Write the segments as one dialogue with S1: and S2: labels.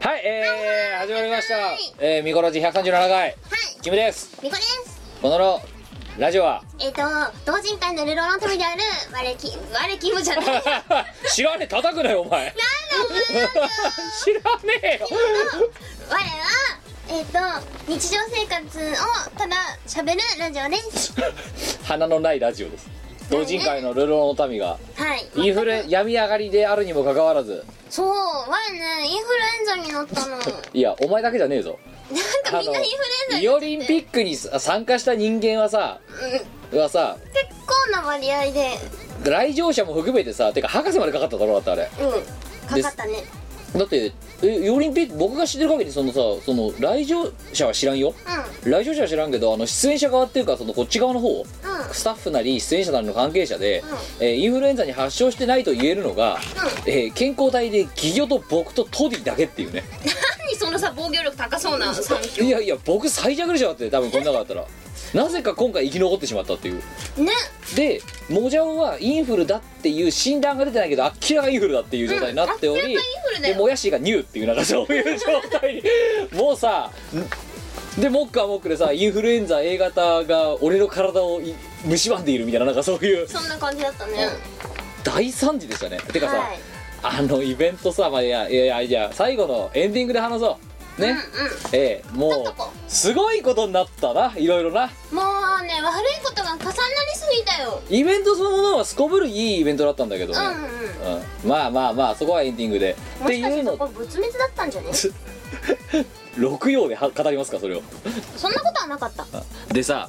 S1: はい、えー、始まりました
S2: はい。
S1: えー、ミコラジ137回、キムです。
S2: みこです
S1: このラジオは、
S2: えっ、と同人会のルローラントミである我き我きむじゃないなんだ
S1: 知らねえ、叩くなよ、お前。
S2: お前なんだ
S1: 知らねえよ。
S2: 我はえっ、と日常生活をただ喋るラジオです
S1: 花のないラジオです。同人会のルロの民が、
S2: はい
S1: インフル、病み上がりであるにもかかわらず、
S2: そう我ねインフルエンザになったのなんか
S1: いや、お前だけじゃねえぞ。
S2: みんなインフルエンザに
S1: リオリンピックにさ参加した人間はさ、
S2: うん結
S1: はさ、
S2: 構な割合で
S1: 来場者も含めてさ、てか博士までかかっただろ、だってあれ。
S2: うんかかったね
S1: だって、え、オリンピック、僕が知ってる限り、そのさ、その、来場者は知らんよ。
S2: う
S1: 来場者は知らんけどあの出演者側っていうかそのこっち側の方
S2: んうん
S1: スタッフなり出演者なりの関係者で、えーインフルエンザに発症してないと言えるのが、えー健康体で企業と僕とトディだけっていうね
S2: 何そのさ防御力高そうな産
S1: いやいや僕最弱でしょだって多分こんなのだったらなぜか今回生き残ってしまったっていう
S2: ね
S1: でモジャオはインフルだっていう診断が出てないけど明らかインフルだっていう状態になっており、
S2: うん明らかインフルだよ
S1: でもやしがニューっていうなんかそういう状態にもうさでモックはモックでさインフルエンザ A 型が俺の体をい蝕んでいるみたいななんかそういう
S2: そんな感じだったね
S1: 大惨事でしたねてかさ、
S2: はい
S1: あのイベントさまあいやいやいやいや最後のエンディングで話そうね、
S2: うんうん
S1: ええも
S2: ちょっとこ
S1: うすごいことになったないろいろな
S2: もうね悪いことが重なりすぎたよ
S1: イベントそのものはすこぶるいいイベントだったんだけどね、
S2: うんうんうん
S1: うんまあまあまあそこはエンディングでっ
S2: も
S1: て
S2: しか
S1: い
S2: し
S1: う
S2: てこ
S1: の
S2: れ仏滅だったんじゃね
S1: 六曜では語りますかそれを
S2: そんなことはなかった
S1: でさ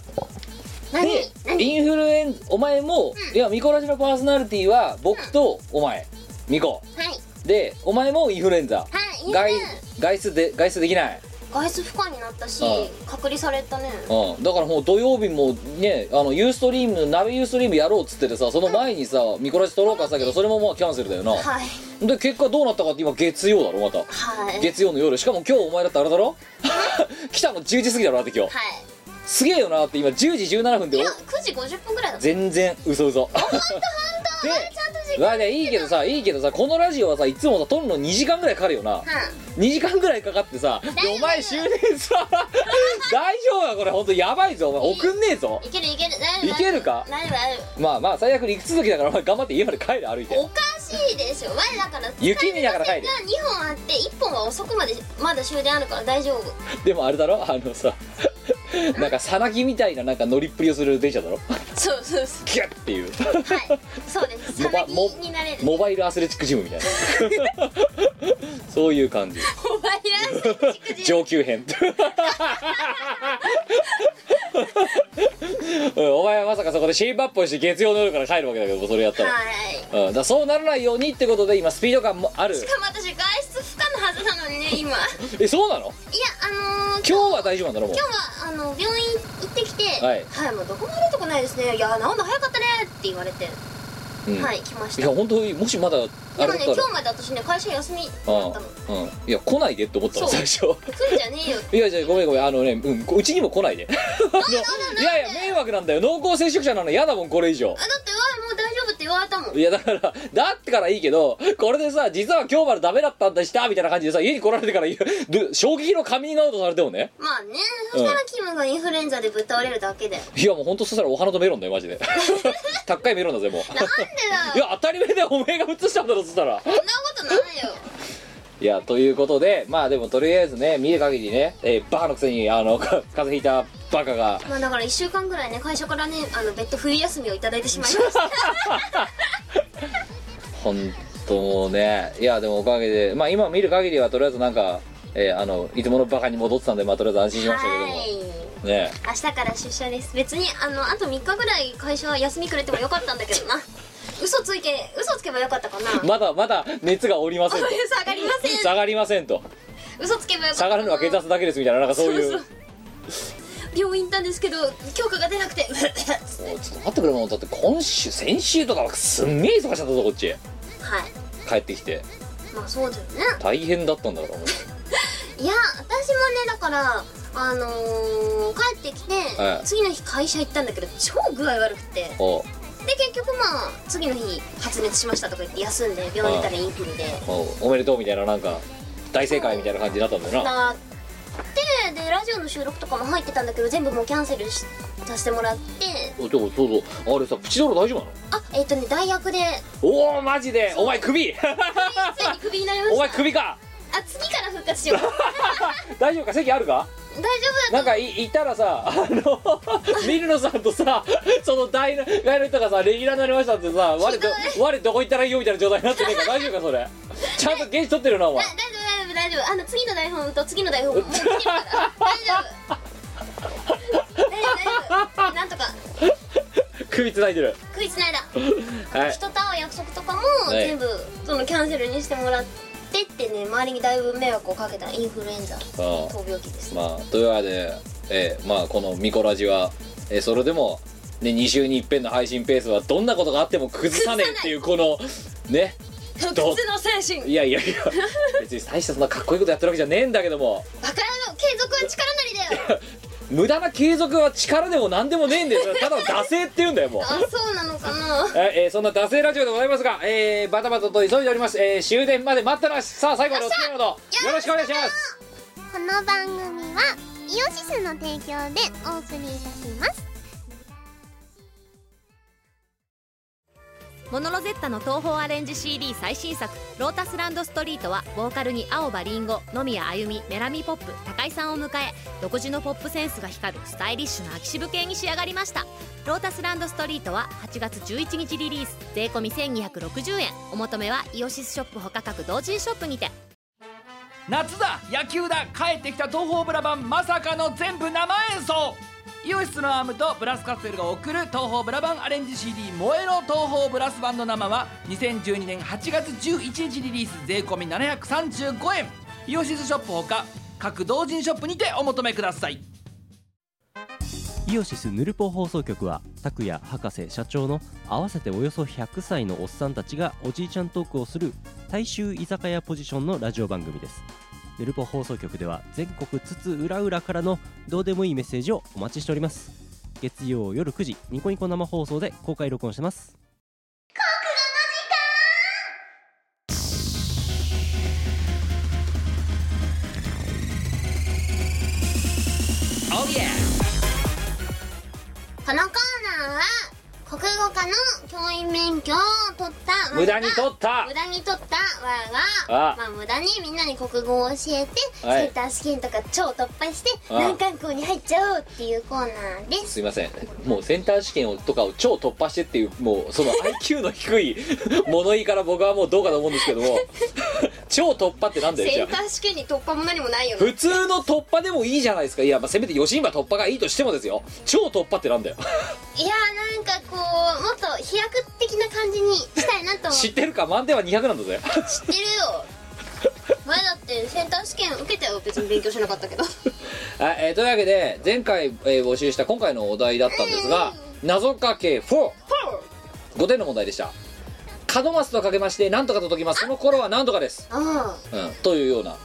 S2: 何
S1: で
S2: 何
S1: インフルエンお前も、いやミコラジのパーソナリティは僕とお前ミ
S2: は
S1: コ
S2: い
S1: でお前もインフルエンザ
S2: はいインフル
S1: 外外出で外出できない、
S2: 外出不可になったし
S1: う
S2: 隔離されたね
S1: うん、だからもう土曜日もねあのユーストリーム鍋ユーストリームやろうっつっててさその前にさミコラジ撮ろうかしたけどそれもまあキャンセルだよな
S2: はい
S1: で結果どうなったかって今月曜だろまた
S2: はいはい
S1: 月曜の夜しかも今日お前だってあれだろ 来たの10時過ぎだろだって今日すげえよなって今10時17分で
S2: い
S1: お
S2: や9時50分ぐらいだった
S1: 全然嘘嘘
S2: ち
S1: で
S2: ゃんと時間
S1: まあねいいけどさいいけどさこのラジオはさいつもさ撮るの2時間ぐらいかかるよな
S2: はい
S1: 2時間ぐらいかかってさで
S2: 丈夫
S1: お前終電さ大丈夫だこれ本当やばいぞお前送んねえぞ
S2: いけるいける大丈夫
S1: いけるか
S2: 大丈夫大丈
S1: まあまあ最悪陸続きだからお前頑張って家まで帰れ歩いて
S2: 夫おかしいでしょ前だから
S1: 雪見ながら帰る
S2: が2本あって1本は遅くまでまだ終電あるから大丈夫
S1: でもあれだろあ のさなんかさなぎみたいななんか乗りっぷりをする電車だろ
S2: そうそうそ
S1: ギュッっていう
S2: うはいそうですさ
S1: モバ
S2: なぎになれる
S1: モバイルアスレチックジムみたいな そういう感じ
S2: モバイルアスレチックジム
S1: 上級編うんお前はまさかそこでシェイプアップをして月曜の夜から帰るわけだけどそれやったら,、
S2: はい
S1: うん、だからそうならないようにってことで今スピード感もある
S2: しかも私外出不可のはずなのにね今いや
S1: えそうなの
S2: あのー、今日
S1: 今日は大丈夫なんだろもう
S2: 今日はあの病院行ってきて「
S1: は
S2: はいい、もうどこも出てこないですねいやなんだ早かったね」って言われて、
S1: うん
S2: はい来まし
S1: い
S2: た
S1: や
S2: で
S1: 本当にもしまだあ
S2: も
S1: れだ
S2: ね
S1: った
S2: 今
S1: ら
S2: 日まで私ね会社休みだった
S1: あ
S2: の
S1: あうんいや来ないでって思ったの
S2: そ
S1: 最
S2: う
S1: 初
S2: 来んじゃねえよ
S1: いやじゃごめんごめんあのねうんこうちにも 来ないであの いやいや迷惑なんだよ濃厚接触者なの嫌だもんこれ以上
S2: あだってわあもう大丈夫って言われたもん
S1: いやだからだってからいいけどこれでさ実は今日までダメだったんでしたみたいな感じでさ家に来られてからいやど衝撃のカミングアウトされてもね
S2: まあねそしたらキムがインフルエンザでぶっ倒れるだけで
S1: いやもうほんとそしたらお花とメロンだよマジで 高いメロンだぜもう
S2: なんでだ
S1: い
S2: よ
S1: や当たり前だよお前が映したんだろそしたら
S2: そんなことないよ
S1: いやということでまあでもとりあえずね見る限りね、えーバカのくせにあのか風邪ひいたバカが
S2: まあだから1週間ぐらいね会社からねあの別途冬休みをいただいてしまいました
S1: 本当もうねいやでもおかげでまあ今見る限りはとりあえずなんか、えーあのいつものバカに戻ってたんでまあとりあえず安心しましたけども
S2: はい
S1: ね
S2: 明日から出社です別にあのあと3日ぐらい会社は休みくれてもよかったんだけどな 嘘ついけ嘘つけばよかったかな
S1: まだまだ熱がおりませんと
S2: 下がりません
S1: 下がりませんと
S2: 嘘つけばよかった
S1: 下がるのは血圧だけですみたいななんかそういう
S2: そう病院行ったんですけど許可が出なくて は
S1: おいちょっと待ってくれもうだって今週先週とかはすんげえ忙しかったぞこっち
S2: い
S1: 帰ってきて
S2: まあそうだよね
S1: 大変だったんだからもう
S2: いや私もねだからあのー帰ってきて、
S1: はい
S2: 次の日会社行ったんだけど超具合悪くてで
S1: おう
S2: 結局まあ次の日発熱しましたとか言って休んで病院行ったらインフルで
S1: おうおめでとうみたいななんか大正解みたいな感じになったんだよな
S2: なってでラジオの収録とかも入ってたんだけど全部もうキャンセルしさせてもらって
S1: おでもそうそうあれさプチドラ大丈夫なの
S2: あえっ、とね代役で
S1: おおマジでお前クビ
S2: ついにクビになりま
S1: お
S2: し
S1: 前
S2: た
S1: クビか
S2: あ次から復活しよう
S1: 大丈夫か席あるか
S2: 大丈夫
S1: な
S2: だ
S1: んかいいたらさあ のミルノさんとさその大の大の人がさレギュラーになりましたってさ我ど
S2: ひ
S1: 我どこ行ったらいいよみたいな状態になってねえか大丈夫かそ れちゃんと現地取ってるなお
S2: だ
S1: 前
S2: 大丈夫大丈夫大丈夫あの次の台本と次の 台本もう次のから大丈夫大丈夫大丈夫なんとか
S1: 首つないでる
S2: 食いつないだ
S1: はい
S2: 人と会う約束とかも
S1: い
S2: 全部そのキャンセルにしてもらってってね周りにだいぶ迷惑をかけたインフルエンザ
S1: あ
S2: 闘病気ですね
S1: まあというわけで、えーまあ、この「ミコラジは」えーそれでも、ね、2週に一遍の配信ペースはどんなことがあっても崩さねえっていうこのね
S2: 不屈の精神
S1: いやいやいや別に大したそんなかっこいいことやってるわけじゃねえんだけども
S2: バカ野郎継続は力なり だよ
S1: 無駄な継続は力でも何でもねえんですよただの惰性って言うんだよもう
S2: あそうなのかな
S1: はいえーそんな惰性ラジオでございますが、えーバタバタと急いでおります、えー終電まで待ったなしさあ最後までお付き合いのほどよろしくお願いします
S3: この番組はイオシスの提供でお送りいたします
S4: モノロゼッタの東宝アレンジ CD 最新作「ロータスランドストリート」はボーカルに青葉りんご野宮あゆみメラミポップ高井さんを迎え独自のポップセンスが光るスタイリッシュな秋渋系に仕上がりました「ロータスランドストリート」は8月11日リリース税込1260円お求めはイオシスショップ他価格同人ショップにて
S5: 夏だ野球だ帰ってきた東宝ブラ版まさかの全部生演奏イオシスのアームとブラスカステルが送る東宝ブラ版アレンジ CD「燃えろ東宝ブラスバンド生」は2012年8月11日リリース税込み735円イオシスショップほか各同人ショップにてお求めください
S6: イオシスヌルポ放送局は拓也博士社長の合わせておよそ100歳のおっさんたちがおじいちゃんトークをする大衆居酒屋ポジションのラジオ番組ですヌルポ放送局では全国津々浦々からのどうでもいいメッセージをお待ちしております月曜夜9時ニコニコ生放送で公開録音してます
S3: このコーナーは国語科の教員免許を取った我が
S1: 無駄に取った
S3: 無駄に取った我
S1: あ
S3: がまあ、無駄にみんなに国語を教えて、
S1: はい
S3: センター試験とか超突破して
S1: あ
S3: 難関校に入っちゃおうっていうコーナーです
S1: すいませんもうセンター試験をとかを超突破してっていうもうその IQ の低い 物言いから僕はもうどうかと思うんですけども 超突破ってなんだよじ
S2: セ
S1: ゃ
S2: ンター試験に突破も何もないよ
S1: あ
S2: ね
S1: 普通の突破でもいいじゃないですかいや、まあ、せめて吉今突破がいいとしてもですよ超突破ってなんだよ
S2: いやーなんかこうもっと飛躍的な感じにしたいなと思って
S1: 知ってるか満点は200なんだぜ
S2: 知ってるよ 前だってセンター試験受けたよ別に勉強しなかったけど
S1: はい、えーというわけで前回、えー募集した今回のお題だったんですが謎かけ45点の問題でした門松とかけまして何とかと解きますその頃は何とかです、
S2: うんは
S1: うん、というような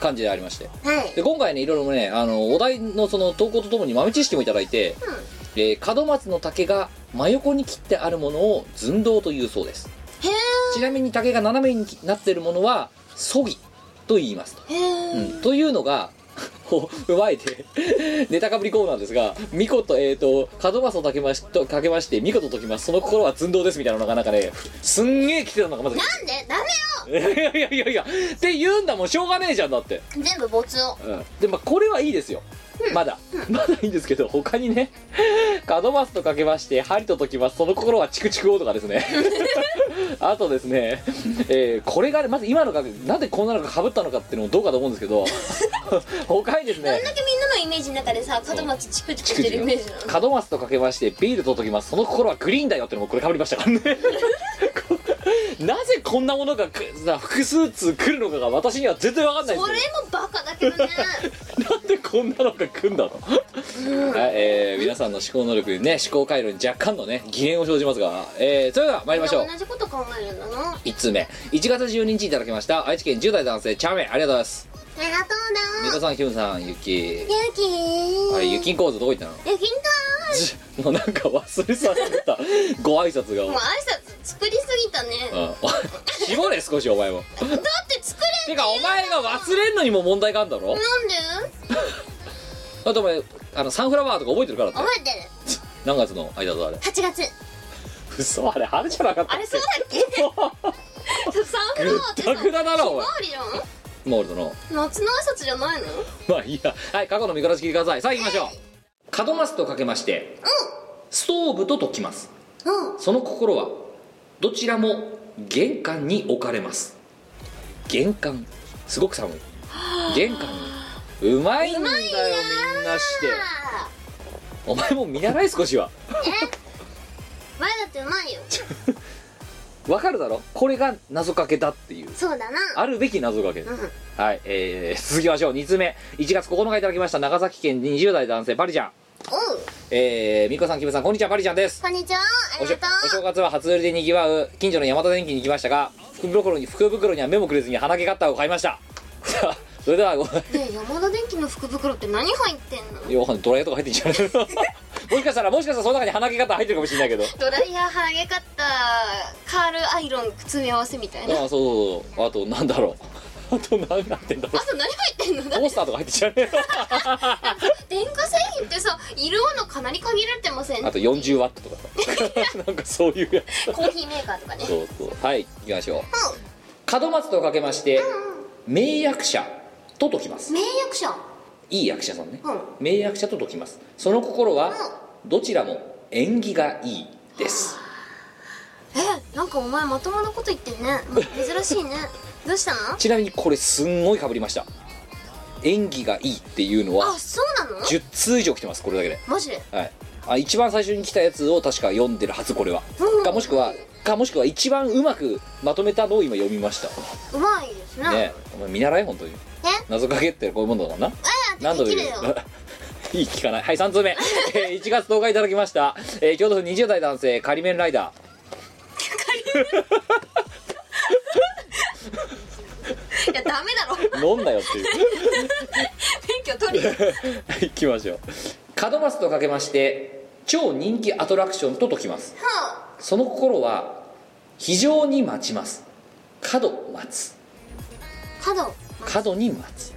S1: 感じでありまして
S2: い
S1: で今回ねいろいろねあのお題のその投稿とともに豆知識もいただいて、えー門松の竹が真横に切ってあるものを寸胴というそうです
S2: へえ
S1: ちなみに竹が斜めになっているものはそぎと言いますと、
S2: へえ、
S1: うんというのが を踏まえて ネタかぶりコーナーですが「ミコと,、えー、と門松をかけましとかけましてミコと解きますその心は寸胴です」みたいなのがなんかねすんげえ来てたのがまず
S2: なんでダメよ
S1: いやいやいやいやって言うんだもんしょうがねえじゃんだって
S2: 全部没を
S1: うんでまあこれはいいですよまだまだいいんですけど他にね「門松とかけまして針と解きますその心はチクチク王」とかです ねあとですね、えーこれがねまず今のがなんでこんなのがかぶったのかっていうのもどうかと思うんですけ ど他にです
S2: どん
S1: ね
S2: だけみんなのイメージの中でさ門松チクチクしてるイメージなの
S1: 門松とかけましてビールと解きますその心はグリーンだよってのもこれかぶりましたから ねこなぜこんなものがくさ複数通来るのかが私には全然わかんないん
S2: そ
S1: です
S2: れ
S1: よ
S2: もバカだけどね
S1: なんでこんなのが来ん だと、はいえー皆さんの思考能力にね思考回路に若干のね疑念を生じますが、えーそれでは参りましょう
S2: 同じこと考えるんだなあ
S1: 1通目1月12日いただきました愛知県10代男性チャーメンありがとうございます
S3: ありがとう
S1: みこさんキムさんゆき
S3: だゆきー
S1: はいゆきんこうずどこ行ったの
S3: ゆきんだ
S1: じもうなんか忘れさせたご挨拶が、う
S2: もう挨拶作りすぎたね
S1: ん、絞れ少しお前も
S2: だって作れ
S1: てかお前が忘れんのにも問題があるんだ
S2: な
S1: ろ
S2: んで
S1: だってお前あのサンフラワーとか覚えてるからって
S2: 覚えてる
S1: 何月の間だあれ
S2: 8月
S1: 嘘あれ春じゃなかった
S2: あ
S1: っ
S2: れ
S1: け
S2: そうだっけサンフラワーってさ
S1: ぐったぐだだなお前
S2: ひまわりじゃん
S1: まあ俺だな
S2: 夏の挨拶じゃないの
S1: まあいいやはい過去の見殺し聞いてくださいさあ行きましょう門マスとかけまして、ストーブと解きます、その心はどちらも玄関に置かれます玄関すごく寒い玄関にうまいんだよみんなして
S2: あ
S1: お前も見習い少しは
S2: ー前だってうまいよ
S1: わかるだろこれが謎かけだっていう
S2: そうだな
S1: あるべき謎かけです、はい、えー、続きましょう2つ目1月9日いただきました長崎県20代男性パリちゃん
S2: おう
S1: えー、みこさん、きむさん、こんにちは、パリちゃんです。
S2: こんにちはあ
S1: お
S2: り
S1: しょ
S2: がと
S1: お正
S2: う
S1: 月は初売りでにぎわう近所の山田電機に行きましたが福袋に福袋には目もくれずに鼻毛カッターを買いましたさあそれではご
S2: ねえ山田電機の福袋って何入ってんの
S1: よドライヤーとか入ってんじゃないの もしかしたらもしかしたらその中に鼻毛カッター入ってるかもしれないけど
S2: ドライヤーハゲカッターカールアイロン詰め合わせみたいな
S1: ああそうそうそうあとなんだろうあと何入ってんだろう
S2: あと何入ってんのだ
S1: コースターとか入ってんじゃね
S2: 電化製品ってさ色のかなり限られてません
S1: えのあと40ワットとかさ なんかそういうやつ
S2: コーヒーメーカーとかね
S1: そうそうはい行きましょう門松とかけまして名役者と解きます
S2: 名役者
S1: いい役者さんね、
S2: うん
S1: 名役者と解きますその心はどちらも縁起がいいです、
S2: えなんかお前まともなこと言ってんね珍しいねどうしたの
S1: ちなみにこれすんごいかぶりました縁起がいいっていうのは
S2: あそうなの
S1: 10通以上来てますこれだけで
S2: マジで
S1: はいあ一番最初に来たやつを確か読んでるはずこれは、
S2: うん
S1: かもしくはかもしくは一番うまくまとめたのを今読みまし
S2: うまいです
S1: た
S2: ね
S1: ねお前見習え本当に謎かけってこういうもんだからな
S2: だっ
S1: 何度
S2: て
S1: も
S2: でき
S1: 言
S2: る
S1: う
S2: よ
S1: いい聞かないはい3通目、えー1月10日いただきました、えー京都府20代男性仮面ライダ
S2: いやダメだろ
S1: ー飲んなよっていう
S2: 免許取りよ
S1: 行きましょう門松とかけまして超人気アトラクションと解きます
S2: は
S1: その心は非常に待ちます角待つ
S2: 角あ
S1: 角に待つ
S2: あ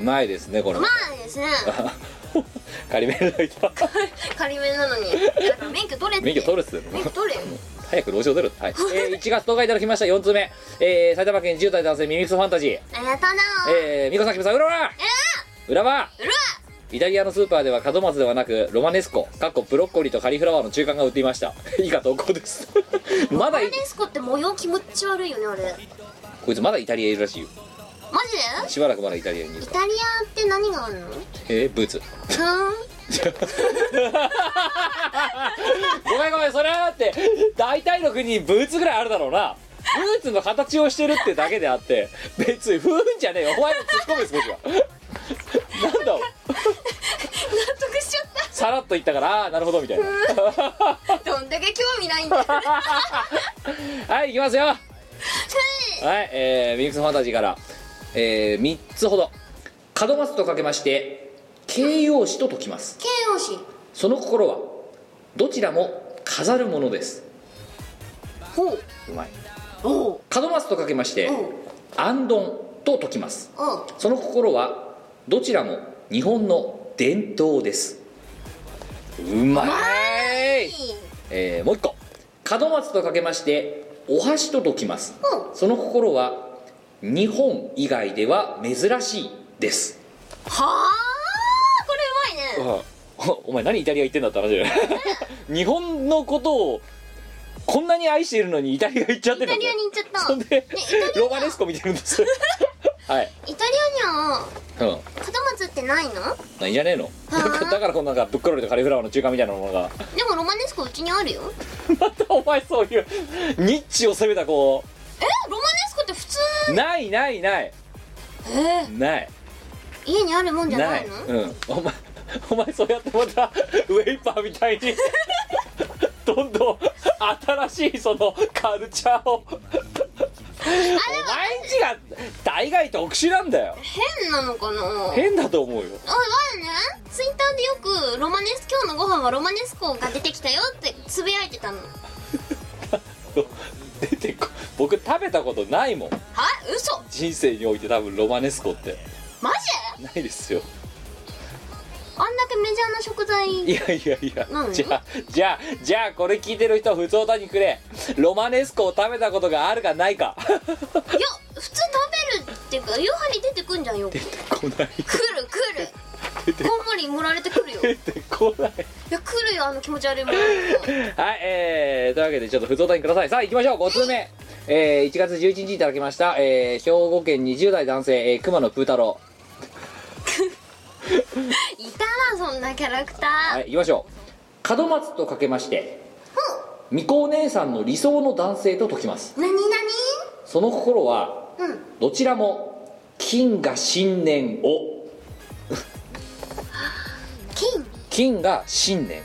S1: うまいですねこ
S2: う
S1: れも
S2: まいですね
S1: 仮面ライダー
S2: 仮面なのにだから免許取れって
S1: 免許取るっつってんの
S2: 免許取れよ
S1: 早く路上出るはい、えー1月10日いただきました4通目、えー埼玉県10代男性ミミクソファンタジー
S2: ありがとうな
S1: えー、美子さん、きむさん、裏は裏は
S2: うるわ
S1: イタリアのスーパーでは門松ではなくロマネスコかっこブロッコリーとカリフラワーの中間が売っていました 以下投稿です まだ
S2: マデスコって模様気持ち悪いよねあれ
S1: こいつまだイタリアいるらしいよ
S2: マジで
S1: しばらくまだイタリアにいる
S2: イ
S1: か
S2: タリアって何があるの
S1: えー、ブーツ
S2: ふーん
S1: ごめんごめんそれはだって 大体の国にブーツぐらいあるだろうなブーツの形をしてるってだけであって別に不運じゃねえよお前も突っ込む少しは なんだ
S2: 納得しちゃった
S1: さらっと言ったからああなるほどみたいな
S2: どんだけ興味ないんだよ
S1: はい、行きますよ。はい、えー、ミックスファンタジーから、えー、3つほど。門松とかけまして、形容詞と解きます。
S2: 形容詞
S1: その心は、どちらも飾るものです。
S2: ほう
S1: うまい。
S2: おう
S1: 門松とかけまして
S2: うん、
S1: 安頓と解きます。
S2: おう
S1: その心は、どちらも日本の伝統です。うまい
S2: いい
S1: えー、もう一個門松とかけましてお箸と解きます、
S2: う
S1: その心は日本以外では珍しいです
S2: はあこれうまいね
S1: おお前何イタリア行ってんだって話 だよ日本のことをこんなに愛しているのにイタリア行っちゃって
S2: イ
S1: る
S2: タ
S1: ん
S2: リ
S1: だぜ
S2: アに行っちゃった
S1: そんで
S2: ねイタリア
S1: ロマネスコ見てるんです はい、
S2: イタリアには
S1: うん、
S2: 門松ってないの
S1: ないんじゃねえのだからだからこんなんかぶっころりとカリフラワーの中華みたいなものが
S2: でもロマネスコうちにあるよえ
S1: またお前そういうニッチを攻めたこ
S2: ロマネスコって普通
S1: うないないない
S2: え
S1: ない
S2: 家にあるもんじゃないの
S1: うんお前 お前そうやってまたウェイパーみた いにどんどん新しいそのカルチャーをお前んちが大概特殊なんだよ
S2: 変なのかなあ、わね
S1: 変だと思うよ
S2: ツイッターでよくロマネス「今日のご飯はロマネスコが出てきたよ」ってつぶやいてたの
S1: 出てこ僕食べたことないもん
S2: はい嘘
S1: 人生において多分ロマネスコって
S2: マジ
S1: ないですよ
S2: あんだけメジャーな食
S1: い
S2: 材
S1: やいやいや、
S2: 何
S1: じゃあじゃあじゃあこれ聞いてる人普通歌にくれロマネスコを食べたことがあるかないか
S2: いや普通食べるっていうか夕飯に出てくんじゃんよ来る
S1: こな
S2: 来
S1: い
S2: る
S1: 出て
S2: コウモリ盛られてくる よい
S1: 出てこない
S2: や来るよあの気持ち悪いもの
S1: はい、えー、というわけでちょっと不登壇ください。さあ、行きましょう、5通目。えー、1月11日いただきました、えー、兵庫県20代男性、えー、熊野プー太郎。
S2: いたなそんなキャラクター、
S1: はい、行きましょう。門松とかけまして、みこお姉さんの理想の男性と解きます。
S2: なになに
S1: その心は、
S2: うん
S1: どちらも、金が信念を、
S2: 金
S1: 金が信念。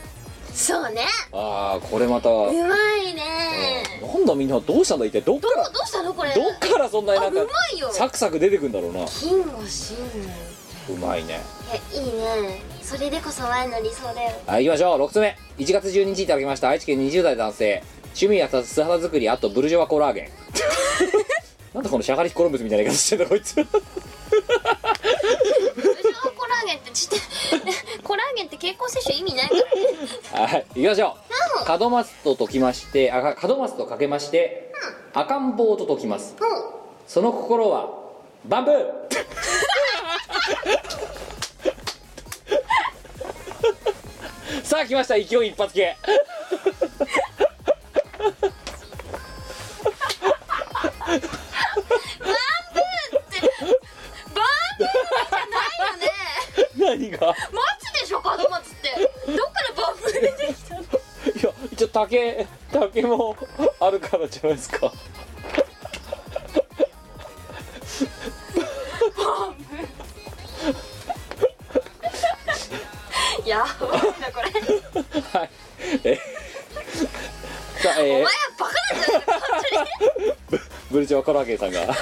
S2: そうね
S1: あー、これまた、
S2: う
S1: な
S2: まいね
S1: んだみんな、どうしたんだ一体、どっか
S2: ど
S1: ら、
S2: こどうしたのこれ
S1: どっからそんなに
S2: あ
S1: な
S2: うんま
S1: か、
S2: いよ
S1: サクサク出てくんだろうな。
S2: 金を信念
S1: うまいね。
S2: いやいいねそれでこそワイの理想だよ
S1: はい、行きましょう。6つ目。1月12日いただきました。愛知県20代男性。趣味やた素肌作り、あとブルジョワコラー ゲン。なんでこのシャガリキコロンブスみたいな言い方してんだ、こいつ。
S2: 無償 コラーゲンってちょっとコラーゲンって健康摂取意味ないからね
S1: はい、行きましょう。門松と解きまして、あ、か門松とかけまして、赤ん坊と解きます。その心は、バ ンブーさあ来ました勢い一発系
S2: バーベキューじゃないよね
S1: 何が
S2: マジでしょ門松ってどっからバーベキュー出てきたの
S1: いや一応竹竹もあるからじゃないですか
S2: やばいなこれ
S1: はいえさあ
S2: お前
S1: え
S2: はバカなんじゃないか本当に
S1: ー、ブルジョワコラーゲンさんが
S2: ブ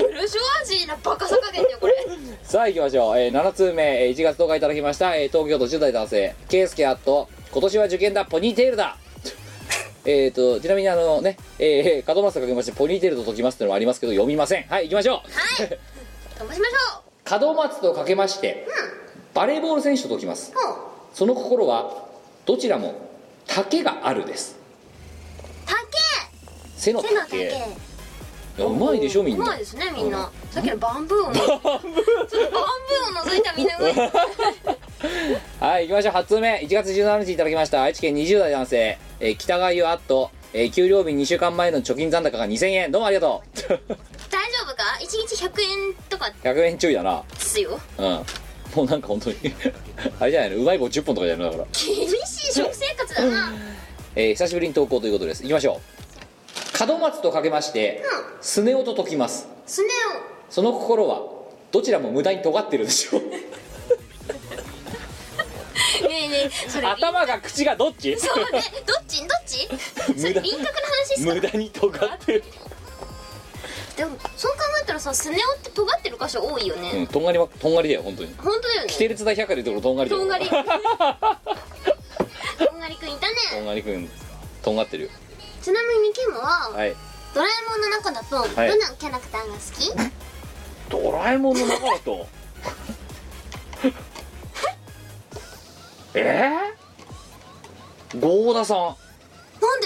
S2: ルジョワジーなバカさ加減だよこれ
S1: さあ行きましょう、えー、7通目、えー、1月10日いただきました、えー、東京都10代男性ケイスケアット今年は受験だポニーテールだ えーとちなみにあのね、えー、門松と書きましてポニーテールと解きますってのもありますけど読みませんはい行きましょ
S2: 飛ばしましょ
S1: う門松とかけまして、バレーボール選手と解きます
S2: うもう
S1: その心はどちらも竹があるです
S2: 竹
S1: 背の
S2: 手の
S1: 竹
S2: 竹
S1: いやうまいでしょみん
S2: うま
S1: ない
S2: ですねみんなさっきのバンブーをのバンブーを覗いたらみんな動いてる
S1: はい行きましょう8通目1月17日いただきました愛知県20代男性、えー北川優アット、えー給料日2週間前の貯金残高が2000円どうもありがとう
S2: 大丈夫か一日100円とかっ
S1: 100円ちょいだな
S2: すよ
S1: うんもうなんか本当に あれじゃないのうまい棒10本とかじゃないのだから、
S2: 厳しい食生活だな
S1: えー久しぶりに投稿ということです行きましょう門松とかけまして、スネ夫と解きます
S2: スネ
S1: その心はどちらも無駄に尖ってるで しょう
S2: 夫ねえねえそれ
S1: 頭が口がどっち
S2: そうねどっちどっちそれ
S1: 無駄
S2: 輪郭の話っすか
S1: 無駄に尖って る
S2: でもそう考えたらさスネ夫って尖ってる箇所多いよね、
S1: うんとんがりはとんがりだよ本当に
S2: 本当だよね
S1: キテレツ大百科でいうところとんがりだよ
S2: とんがりとんがりくんいた
S1: と
S2: ね
S1: んがりくんとんがってるよ
S2: ちなみにケムは、
S1: はい
S2: ドラえもんの中だと、
S1: い
S2: どのキャラクターが好き
S1: ドラえもんの中だとえー、ゴーダさん
S2: なん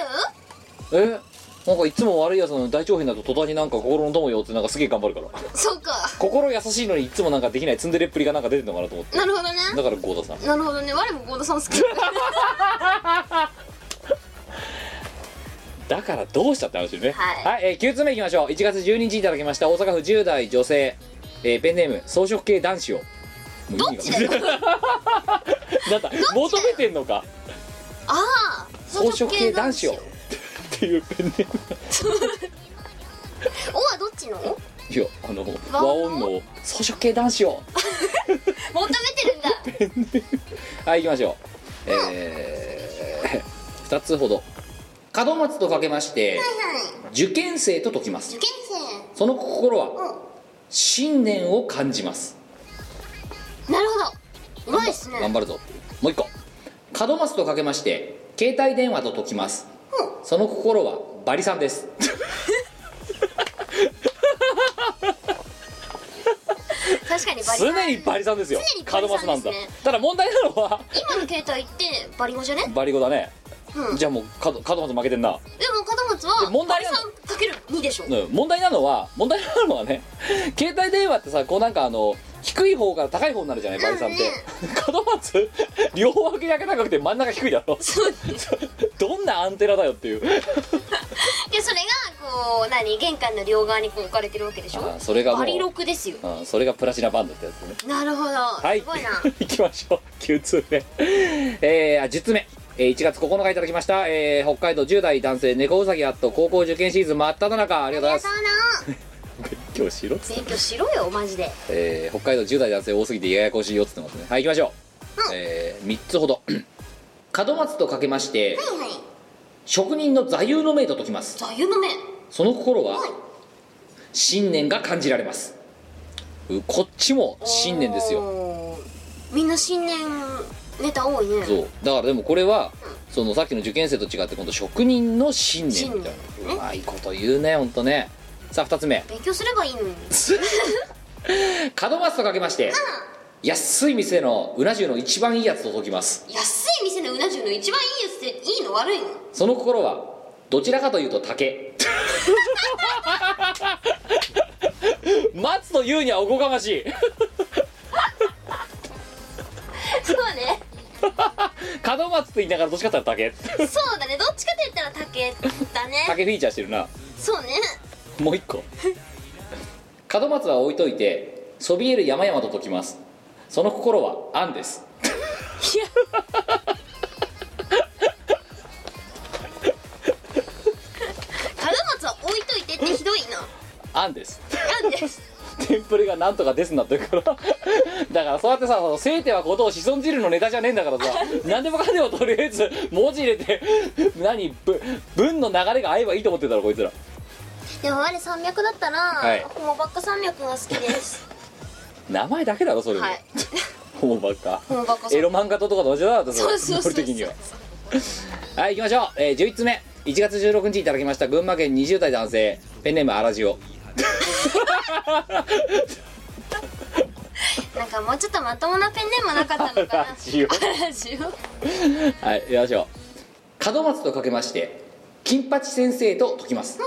S2: で
S1: えなんかいつも悪いやつなのに大長編だと途端になんか心の友よってなんかすげえ頑張るから
S2: そうか
S1: 心優しいのにいつもなんかできないツンデレっぷりがなんか出てるのかなと思って
S2: なるほどね
S1: だからゴーダさん
S2: なるほどね我もゴーダさん好 き
S1: だからどうしたって話よね、
S2: はい
S1: えー、9つ目いきましょう1月12日いただきました大阪府10代女性、えーペンネーム草食系男子をもう
S2: ど
S1: 意
S2: っち
S1: 味が
S2: だよ
S1: なんだ求めてんのか
S2: ああ
S1: 草食系男子をっていうペンネーム
S2: おはどっちの求
S1: いやあの
S2: 和
S1: 和
S2: 音
S1: 音の草食系男子 を
S2: めてるんだ
S1: はい行きましょうえー、2つほど門松とかけまして受験生と解きます
S2: 受験
S1: その心は
S2: う
S1: 信念を感じます
S2: 生なるほどうまいっすね
S1: 頑張るぞもう一個門松とかけまして携帯電話と解きますその心はバリさんです
S2: 確かにバリ
S1: 常にバリさんですよ
S2: 常にバ
S1: カ
S2: リ
S1: ドマ
S2: さん
S1: ス
S2: で
S1: な
S2: す
S1: んだ
S2: ね
S1: ただ問題なのは
S2: 今の携帯ってバリ語じゃね
S1: バリ語だね
S2: うん
S1: じゃあもうカドカドマス負けてんな
S2: でも門松
S1: で
S2: は
S1: 問
S2: バ
S1: 題
S2: リ
S1: な
S2: さ
S1: の
S2: んかける2でしょ
S1: うん問題なのは問題なのはね携帯電話ってさこうなんかあの低い方から高い方になるじゃないバリさんって、 門松両脇だけ高くて真ん中低いだろ
S2: そう
S1: どんなアンテナだよっていう
S2: でそれがこう何玄関の両側にこう置かれてるわけでし
S1: あ
S2: ょ
S1: それがも
S2: バリ
S1: う、
S2: 6ですよ
S1: うん、それがプラチナバンドってやつね
S2: なるほど、
S1: はい
S2: す ごいな
S1: 行きましょう9通目えー、あ10通目えー1月9日いただきました、えー北海道10代男性猫うさぎあっと高校受験シーズン真っ只中ありがとうございます勉強しろっつって
S2: 勉強しろよマジで
S1: えー北海道10代男性多すぎてややこしいよっつってますねはい行きましょう、えー、3つほど 門松とかけまして、
S2: はいはい
S1: 職人の座右の銘と解きます
S2: 座右の銘
S1: その心は
S2: はい
S1: 信念が感じられますうこっちも信念ですよ
S2: よみんな新年ネタ多いね
S1: そうだからでもこれはそのさっきの受験生と違って今度職人の信念みたい
S2: 信
S1: な
S2: 念
S1: うまいこと言うねほんとねさあ2つ目
S2: 勉強すればいいのに
S1: 門松とかけまして安い店のうな重の一番いいやつと解きます
S2: 安い店のうな重の一番いいやつっていいの悪いの
S1: その心はどちらかというと竹 松と言うにはおこがましい
S2: そうね
S1: 門松と言いながらどっちかって言ったら竹
S2: そうだねどっちかと言ったら竹だね
S1: 竹フィーチャーしてるな
S2: そうね
S1: もう一個 門松は置いといてそびえる山々と解きますその心は安です
S2: 門松は置いといてってひどいな
S1: 安です
S2: なんです
S1: テンプレがなんとかですになってるからだ からそうやってさ「生てはことを子孫汁」のネタじゃねえんだからさ何でもかんでもとりあえず文字入れて何ぶ文の流れが合えばいいと思ってたろこいつら
S2: でも我山脈だったら、
S1: はい
S2: ホモバッカ山脈が好きです
S1: 名前だけだろそれも、
S2: はい
S1: もうばっか
S2: ホモバッカ
S1: エ
S2: 山
S1: ロ漫画ととかと同じだなって
S2: そうそうそう
S1: 俺
S2: そう
S1: 的には はい行きましょう、えー、11つ目1月16日いただきました群馬県20代男性ペンネームアラジオ
S2: なんかもうちょっとまともなペンネームなかったのかな
S1: ラジオ
S2: アラジオ
S1: はい行きましょう門松とかけまして金八先生と解きます、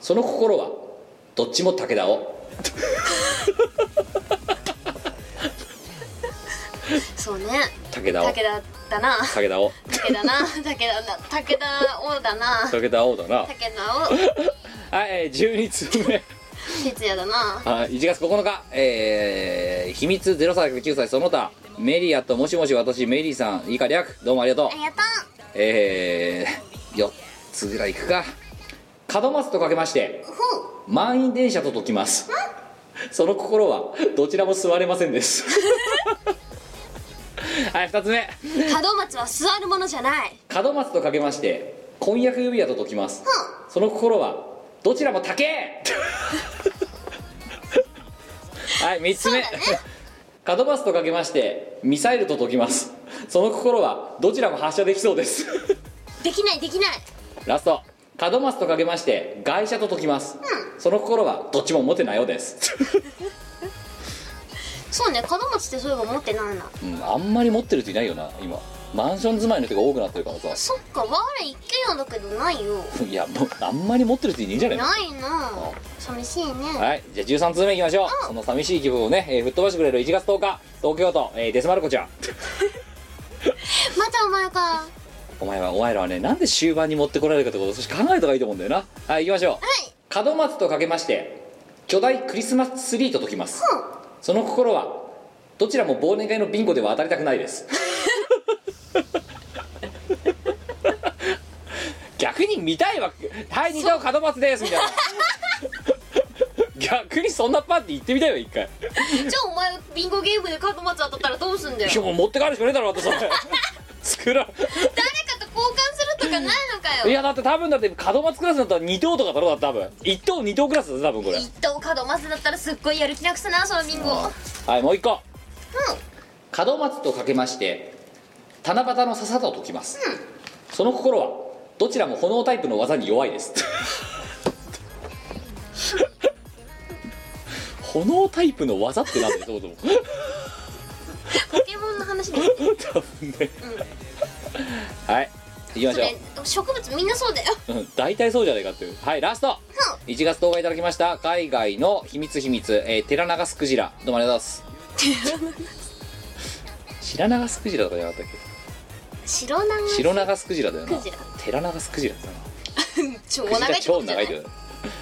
S1: その心はどっちも武田を
S2: そうね
S1: 武田を
S2: 武田だな
S1: 武田を
S2: 武田な武田な武田王だな武
S1: 武田をだな
S2: 田王
S1: はいえー12通目
S2: 哲也だな
S1: はい1月9日、えー、秘密0歳9歳その他メリアともしもし私メリーさん以下略どうもありがとう
S2: ありがとう
S1: えー、4つぐらいいくか門松とかけまして満員電車と解きますその心はどちらも座れませんです はい2つ目
S2: 門松は座るものじゃない
S1: 門松とかけまして婚約指輪と解きますその心はどちらも竹 はい3つ目、 門松とかけましてミサイルと解きますその心はどちらも発射できそうです
S2: できないできない
S1: ラスト門松とかけまして外車と解きます、その心はどっちも持てないようです、
S2: そうね門松ってそういえば持ってないな
S1: うん、あんまり持ってる人いないよな今マンション住まいの人が多くなってるからさ
S2: そっか我一軒家だけどないよ
S1: いやもうあんまり持ってる人いねえんじゃないの
S2: ないな寂しいね
S1: はいじゃあ13通目いきましょう、その寂しい気分をね、えー吹っ飛ばしてくれる1月10日東京都、えーデスマルコちゃん
S2: またお前か
S1: お前はお前らはねなんで終盤に持ってこられるかってことを少し考えた方がいいと思うんだよなはい行きましょう、門松とかけまして巨大クリスマスツリーと解きます、その心はどちらも忘年会のビンゴでは当たりたくないです逆に見たいわはい似たお門松ですみたいな逆にそんなパーティー行ってみたいわ一回
S2: じゃあお前ビンゴゲームで門松当たったらどうすんだよ
S1: 今日もう持って帰るしかねえだろ私それ作ら
S2: 誰かと交換するとかないのか
S1: い
S2: よ
S1: やだって多分だって門松クラスだったら2等とかだろだって多分1等2等クラスだぜ多分これ
S2: 一等門松だったらすっごいやる気なくさなそのビンゴ
S1: はいもう1個門松とかけまして七夕の笹と解きます、その心はどちらも炎タイプの技に弱いです 炎タイプの技ってなんだよそもそも
S2: ポケモンの話です
S1: 多分ね、はい行きま
S2: そ
S1: しょう
S2: れ植物みんなそうだよ
S1: うん大体そうじゃないかっていうはいラスト1月10日いただきました海外の秘密秘密、えー、テラナガスクジラどうもありがとうございます 白長スクジラとかじゃなかったっ
S2: 白長
S1: け白長スクジラだよな
S2: クジラ
S1: テラナガスクジラだよな
S2: 超長いってこ
S1: 超
S2: とじゃ
S1: 長
S2: ないい
S1: けどね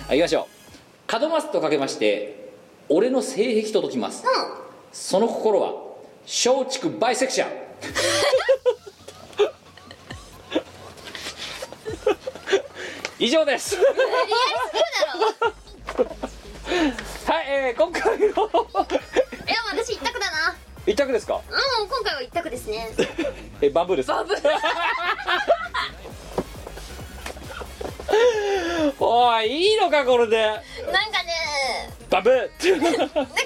S1: はい行きましょう角マスとかけまして俺の性癖と解きます、その心は松竹バイセクション以上ですはい、えー今回の
S2: いや私一択だな
S1: 一択ですか
S2: うん今回は一択ですね
S1: えバブーですバブ おいいいのかこれで
S2: なんかね
S1: バブー
S2: なんかバブって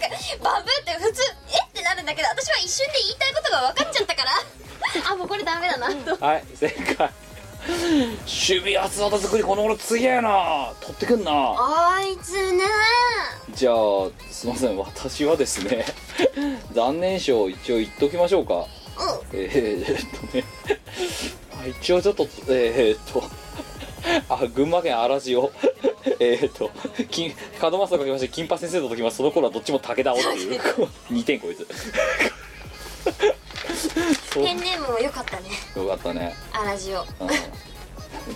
S2: 普通えってなるんだけど私は一瞬で言いたいことが分かっちゃったからあもうこれダメだなと
S1: はい正解趣味厚技作りこの頃強えな取ってくんな
S2: あいつね
S1: じゃあすいません私はですね残念賞一応言っときましょうか
S2: うん
S1: えー、っとねあ一応ちょっとえー、っとあ群馬県荒地をえー、っと金門松と書きまして金八先生と解きますその頃はどっちも武田をっていう2 点こいつそう
S2: ペンネームも良かったね
S1: よかったね
S2: アラジオ
S1: うんな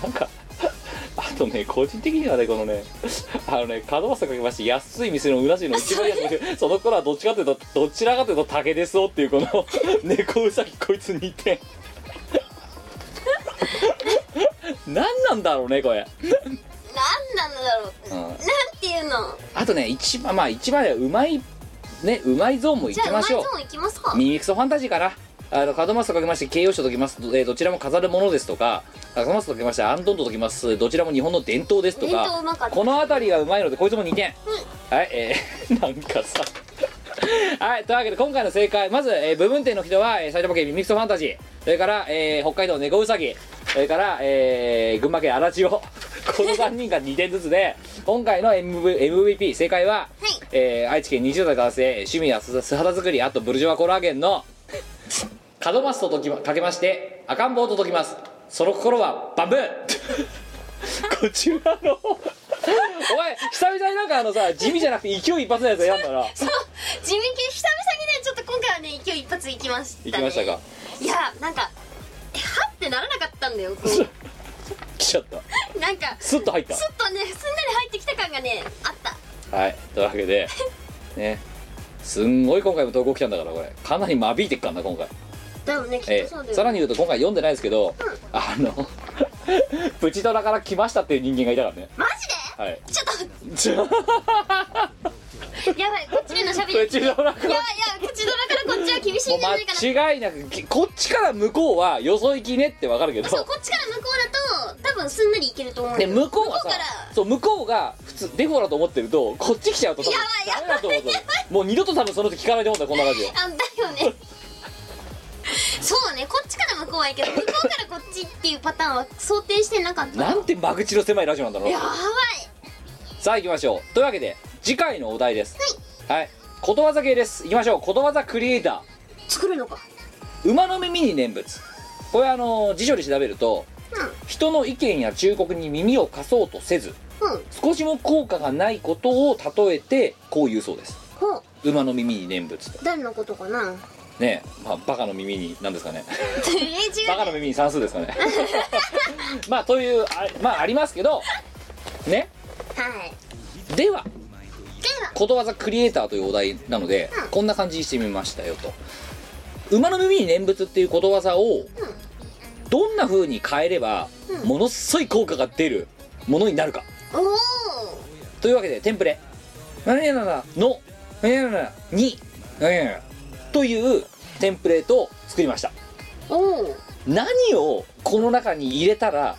S1: んかあとね個人的にはねこのねあのね門松と書きまして安い店のうなじの一番安いその頃はどっちかというとどちらかというと竹ですおっていうこの猫うさぎこいつ2点何なんだろうねこれ、
S2: 何なんだろう
S1: う
S2: なん
S1: ん、
S2: ていうの
S1: あとね一番まあ一番はうまいねうまいゾーンもい
S2: じ
S1: き
S2: ゃあうまい
S1: まし
S2: ゾ
S1: ょう
S2: ーン行きますか
S1: ミミクソファンタジーかなあの門松とかけまして形容詞と解きますど,、えーどちらも飾るものですとか門松とかけましてアンドンと解きますどちらも日本の伝統ですと
S2: 伝統う
S1: か
S2: まかった
S1: この辺りがうまいのでこいつも2点、はいえー なんかさはいというわけで今回の正解まず、えー部分点の人は、えー埼玉県ミミクソファンタジーそれから、えー北海道猫うさぎそれから、えー群馬県荒地を この3人が2点ずつで今回の MV MVP 正解は、えー愛知県20代男性趣味や素肌作りあとブルジョワコラーゲンの門松とときまかけまして赤ん坊と解きますその心はバンブー こちらの お前久々になんかあのさ地味じゃなくて勢い一発のやつ選んだ な
S2: そう地味系久々にねちょっと今回はね勢い一発行きましたね
S1: いきましたか
S2: いやなんかえはってならなかったんだよこ
S1: 来ちゃった
S2: うなんか
S1: スッと入っ
S2: ちょっとねすんなり入ってきた感がねあった
S1: たはいというわけでねすんごい今回も投稿来たんだからこれかなり間引いてっからな今回
S2: だよねきっ
S1: え
S2: とそうだ
S1: ー
S2: よ
S1: さら
S2: ね
S1: に言うと今回読んでないですけど、あの プチドラから来ましたっていう人間がいたからね
S2: マ
S1: はい
S2: ジでちょっ
S1: ちょ
S2: とやばいこっちでのしゃべり
S1: プチドラか
S2: いや
S1: ら
S2: いや口の中からこっちは厳しい
S1: も
S2: んじゃないかなそう
S1: 間違いなくきこっちから向こうはよそ行きねってわかるけど
S2: こっちから向こうだと多分すんなりいけると思うんだ
S1: で
S2: よ
S1: 向こうは
S2: 向こ
S1: さ
S2: うから
S1: そう向こうが普通デフォだと思ってるとこっち来ちゃうと多分
S2: やばい
S1: ダメだと思うもう二度と多分その人聞かないと思うんだよこんな ラジオ
S2: あだよねそうねこっちから向こう はいいけど向こうからこっちっていうパターンは想定してなかった
S1: なんて間口の狭いラジオなんだろう
S2: やばい
S1: さあ行きましょうというわけで次回のお題ですはい、ことわざ系です行きましょうことわざクリエイタ
S2: 作るのか
S1: ー馬の耳に念仏これあのー辞書で調べると、
S2: う
S1: 人の意見や忠告に耳を貸そうとせず
S2: うん
S1: 少しも効果がないことを例えてこう言うそうです
S2: ほう
S1: 馬の耳に念仏と
S2: 誰のことかな
S1: ねまあバカの耳に何ですかね
S2: え違
S1: バカの耳に算数ですかね まあというあまあありますけどね
S2: はい
S1: では
S2: では
S1: ことわざクリエイターというお題なので、こんな感じにしてみましたよと馬の耳に念仏っていうことわざをどんな風に変えれば
S2: うん
S1: ものすごい効果が出るものになるか
S2: おお
S1: というわけでテンプレ「何々なの何々なに何々なというテンプレートを作りました
S2: おお
S1: 何をこの中に入れたら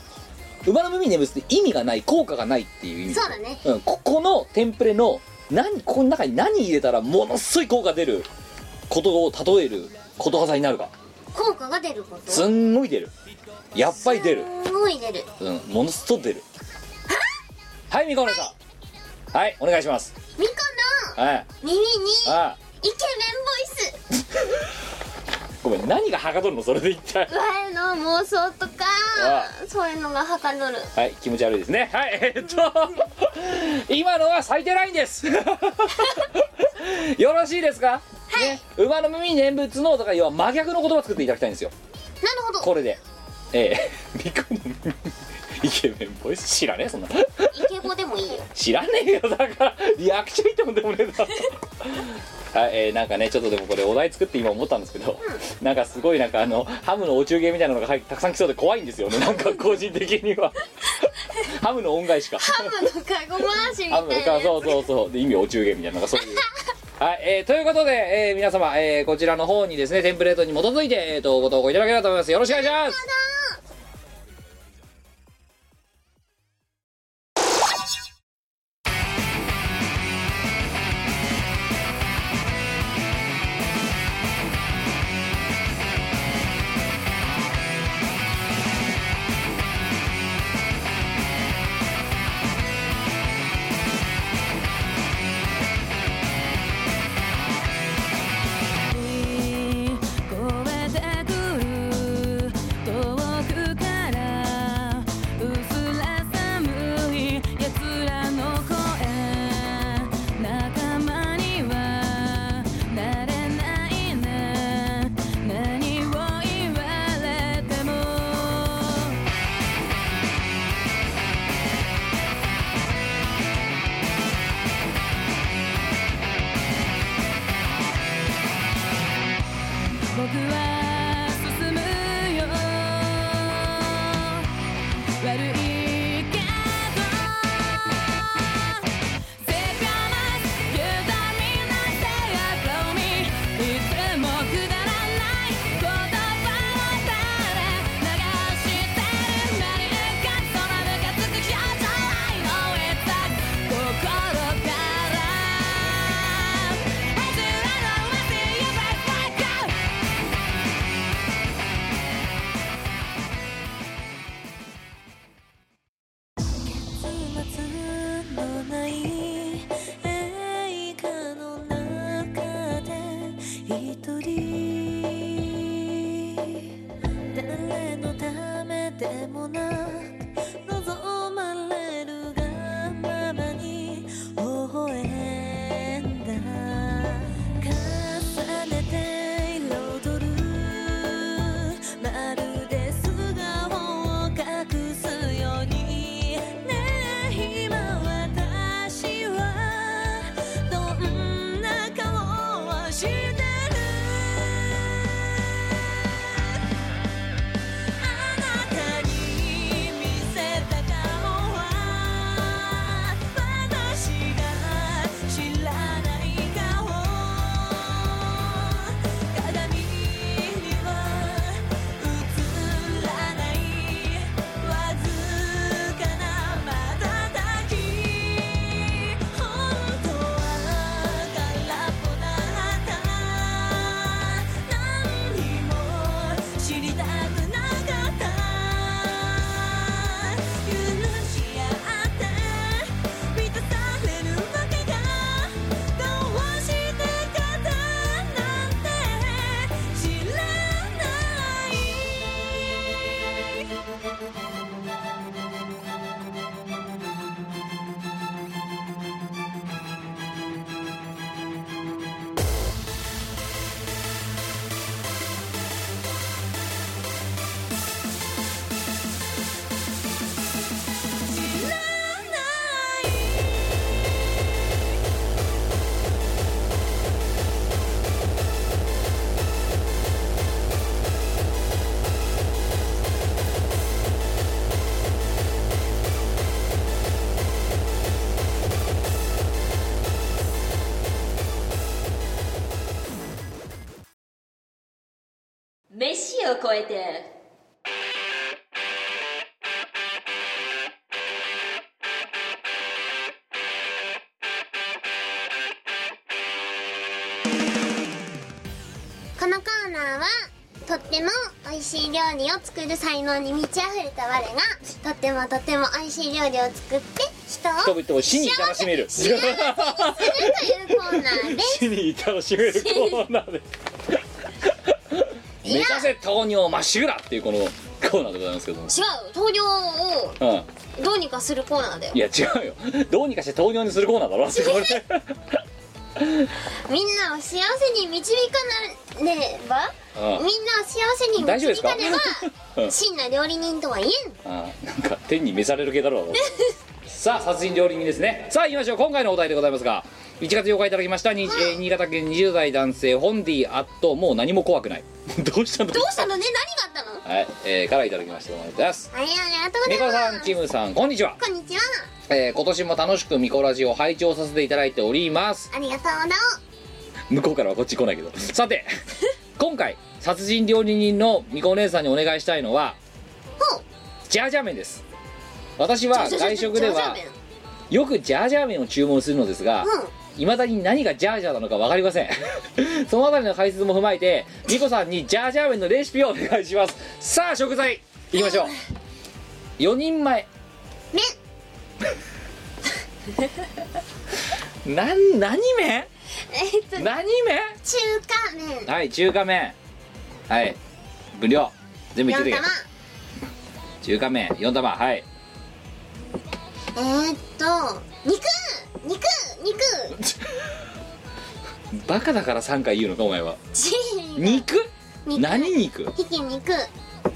S1: 馬の耳に眠って意味がない効果がないっていう意味
S2: そうだね
S1: うん、ここのテンプレの何ここの中に何入れたらものすごい効果出ることを例えることわざになるか
S2: 効果が出ること
S1: すんごい出るやっぱり出る、
S2: すごい出る
S1: うん、ものすごい出るはいみかお姉さんはいお願いします
S2: みかな
S1: はい
S2: 耳に
S1: ああ
S2: イケメンボイス
S1: ごめん何がはかどるのそれで一体
S2: 我の妄想とか
S1: わ
S2: そういうのがはかどる
S1: はい気持ち悪いですねはいえっ と今のは咲いてないんです よろしいですかはい、ね馬の耳に念仏のとか要は真逆の言葉作っていただきたいんですよ
S2: なるほど
S1: これでえ えビッグの耳イケメンボイス知らねえそんな
S2: イケボでもいいよ
S1: 知らねえよだからリアクションいってもんでもねえ だろはい、えーなんかねちょっとでもこれお題作って今思ったんですけど、なんかすごいなんかあのハムのお中元みたいなのがはいたくさん来そうで怖いんですよねなんか個人的に はハムの恩返しか
S2: ハムのカゴ回しみた
S1: ハ
S2: いな
S1: ムの
S2: やつ
S1: かそうそうそうで意味お中元みたいなのがそういう はい、えーということで、えー皆様、えーこちらの方にですねテンプレートに基づいて、えーとご投稿いただければと思いますよろしくお願いします
S7: 越えてくる「遠くからうすら寒いやつらの声」「仲間にはなれないね何を言われても」僕は進むよ悪いけどせかます You don't mean I say I blow me いつもくだらない言葉をただ流してる何かそのムカつく表情 I know it's that 心から「I do I don't wanna see you back back up」結末のない映画の中で一人誰のためでもなく望まれるがままに微笑んだ重ねて彩るまるで素顔を隠すようにねえ今私はどんな顔をしてる「あなたに見せた顔は私が知らない顔」「鏡には映らないわずかな瞬き」「本当は空っぽだった」「何にも知りたくなかった」「許し合って満たされるわけがどうしてかだなんて知らない」知らない
S4: 飯を超えて
S3: このコーナーは
S2: とっても美味しい料理を作る才能に満ち溢れた我がとってもとっても美味しい料理を作って人
S1: 人
S2: を
S1: 々を死に至らしめる 死
S2: するというコーナーで
S1: に至らしめるコーナーで目指せ糖尿まっしぐらっていうこのコーナーでございますけども
S8: 違う糖尿を
S1: うん
S8: どうにかするコーナーだよ
S1: いや違うよどうにかして糖尿にするコーナーだ ろってこれ
S2: みんなを幸せに導かなればみん
S1: う
S2: な
S1: ん
S2: を幸せに
S1: 大丈夫で
S2: 導
S1: すか
S2: かね
S1: う
S2: ば
S1: ん
S2: 真な料理人とは言えん
S1: あーなんか天に召される系だろう さあ殺人料理人ですねさあ行きましょう今回のお題でございますが1月8日いただきましたに、えー新潟県20代男性ホンディアットもう何も怖くない どうしたんだ
S8: どうしたのね何があったの
S1: はい、えー、からいただきましておめでとうございます
S2: はいありがとう
S1: ミ
S2: ご
S1: コ
S2: ざ
S1: さ
S2: いま
S1: ん
S2: す
S1: キムさんこんにちは、
S2: こんにちは
S1: えー、今年も楽しくミコラジを拝聴させていただいております
S2: ありがとうな
S1: 向こうからはこっち来ないけどさて今回殺人料理人のみこお姉さんにお願いしたいのは
S8: ほう
S1: ジャージャー麺です私
S8: ち
S1: は
S8: ょちょちょ
S1: 外食で
S8: ジャー
S1: は
S8: ジャー麺
S1: よくジャージャー麺を注文するのですが
S8: うん
S1: いまだに何がジャージャーなのか分かりません そのあたりの解説も踏まえてみこさんにジャージャー麺のレシピをお願いしますさあ食材いきましょう4人前麺なん何麺
S2: えっと中
S1: 何麺
S2: 華麺
S1: はい中華麺はい分量全部言っ
S2: 4
S1: てて
S2: 玉
S1: 中華麺4玉はい
S2: えーっと肉肉肉
S1: バカだから3回言うのかお前は
S2: チーズ
S1: 肉
S2: 肉
S1: 何肉
S2: ひき肉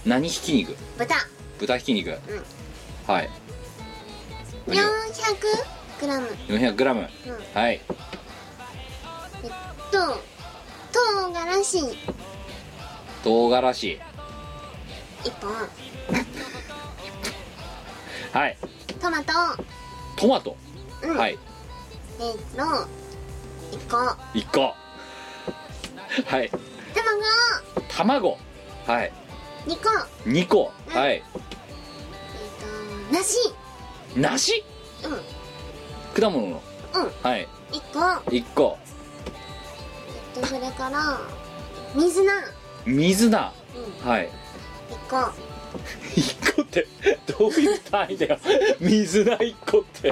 S1: 何ひき肉
S2: 豚
S1: 豚ひき肉、はい分量
S2: 400g
S1: 400g、はい
S2: と唐辛子1
S1: 唐辛子
S2: 本
S1: はい
S2: トマト
S1: トマト、
S2: うん
S1: はい
S2: えーっと1個卵
S1: 1個はい卵はい
S2: 2個
S1: 2個はい
S2: えーっと梨
S1: 梨
S2: うんうん
S1: 果物のはい
S2: 1個
S1: 1個
S2: えっとそれから水菜
S1: 水菜
S2: う
S1: はい
S2: 1個
S1: 1個ってどういう単位だ よ水菜1個 って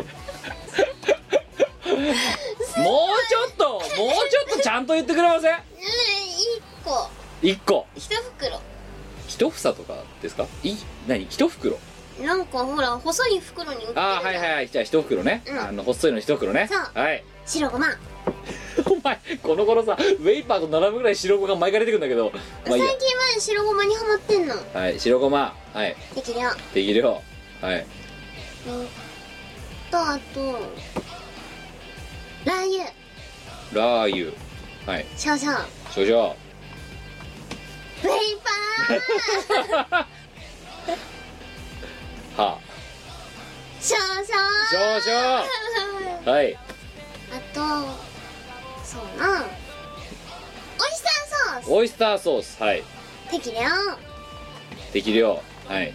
S1: もうちょっともうちょっとちゃんと言ってくれませ
S8: う
S1: ん
S8: ん一個
S1: 1個
S8: 一袋
S1: 1房とかですかい何1袋
S8: なんかほら細い袋に売ってるじゃん
S1: ああはいはいはいじゃあ1袋ね、
S8: うん
S1: あの細いの1袋ね
S8: そう
S1: はい
S2: 白ごま
S1: お前この頃さウェイパーと並ぶぐらい白ごま毎回出てくるんだけどまあいい
S2: 最近は白ごまにハマってんの
S1: やはい白ごまはい
S2: 適量
S1: 適量はい
S2: うんとあとラー油
S1: ラー油はい
S2: 少々
S1: 少々
S2: ウェイパー
S1: はあ
S2: 少
S1: 少
S2: 々
S1: 々はい
S2: あとそうなオイスターソー
S1: オイスターソースはい
S2: ス適量
S1: 適量はい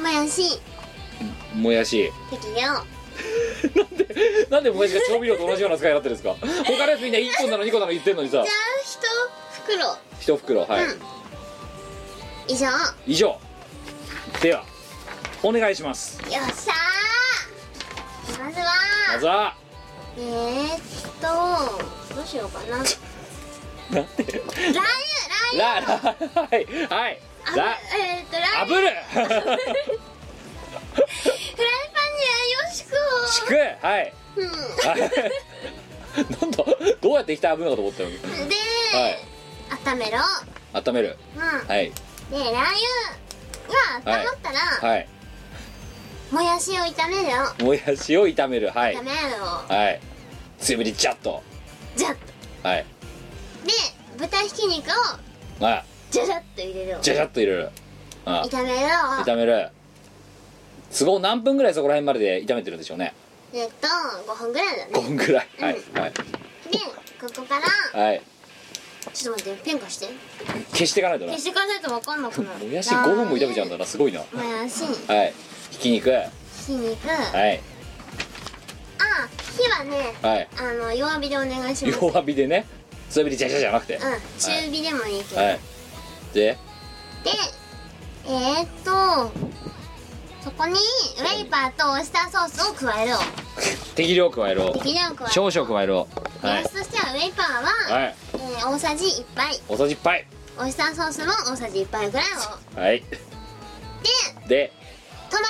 S2: もやし
S1: もやし
S2: 適量
S1: なんでもやしが調味料と同じような使いになってるんですか他のやつみんな1個なの2個なの言ってるのにさ
S2: 一袋
S1: 1袋はい、
S2: うん以上
S1: 以上ではお願いします
S2: よっしゃーまずは
S1: まずは
S2: えー、っとどうしようかなラー
S1: なんて
S2: 油ラー
S1: ララはいはい
S2: 油
S1: ラ
S2: あえー、っとラー
S1: 炙
S2: 油
S1: る
S2: フライパンにはよし
S1: 敷
S2: こ
S1: くはい
S2: うん
S1: なんだどうやって液体炙るのかと思ったのに
S2: で、温めろ
S1: はい温める
S2: うん
S1: はい
S2: でラー油が温まったら、
S1: はい
S2: もやしを炒めるよ
S1: もやしを炒めるはい
S2: 炒めるよ
S1: はい強火でジャッと
S2: じゃっと
S1: はい
S2: で豚ひき肉を
S1: あ
S2: じゃじゃっと入れるよ
S1: ジャジャッと入れるあ
S2: 炒めるよ
S1: 炒める都合何分ぐらいそこら辺までで炒めてるんでしょうね
S2: えー、っと5分ぐらいだね
S1: 5分ぐらいはいはい
S2: でここから
S1: はい
S2: ちょっと待ってペン 貸して
S1: 消していかないとな
S2: 消していかないと分かんなくなる
S1: もやし5分も炒めちゃうんだなすごいな
S2: もやし
S1: はいひき肉は
S2: ひき肉、
S1: い
S2: あ火はね
S1: はい
S2: あの弱火でお願いします
S1: 弱火でね強火でジャジャじゃなくて、
S2: 中火でもいいけど、
S1: はいで
S2: でえー、っとそこにウェイパーとオイスターソースを加えるを
S1: 適量加えろ
S2: 適量加える
S1: 少々加えろ
S2: 目
S1: はい
S2: 安としてはウェイパーは、
S1: はい
S2: えー大さじ1杯
S1: おさじ1杯
S2: オイスターソースも大さじ1杯ぐらいを
S1: はいで
S2: トマ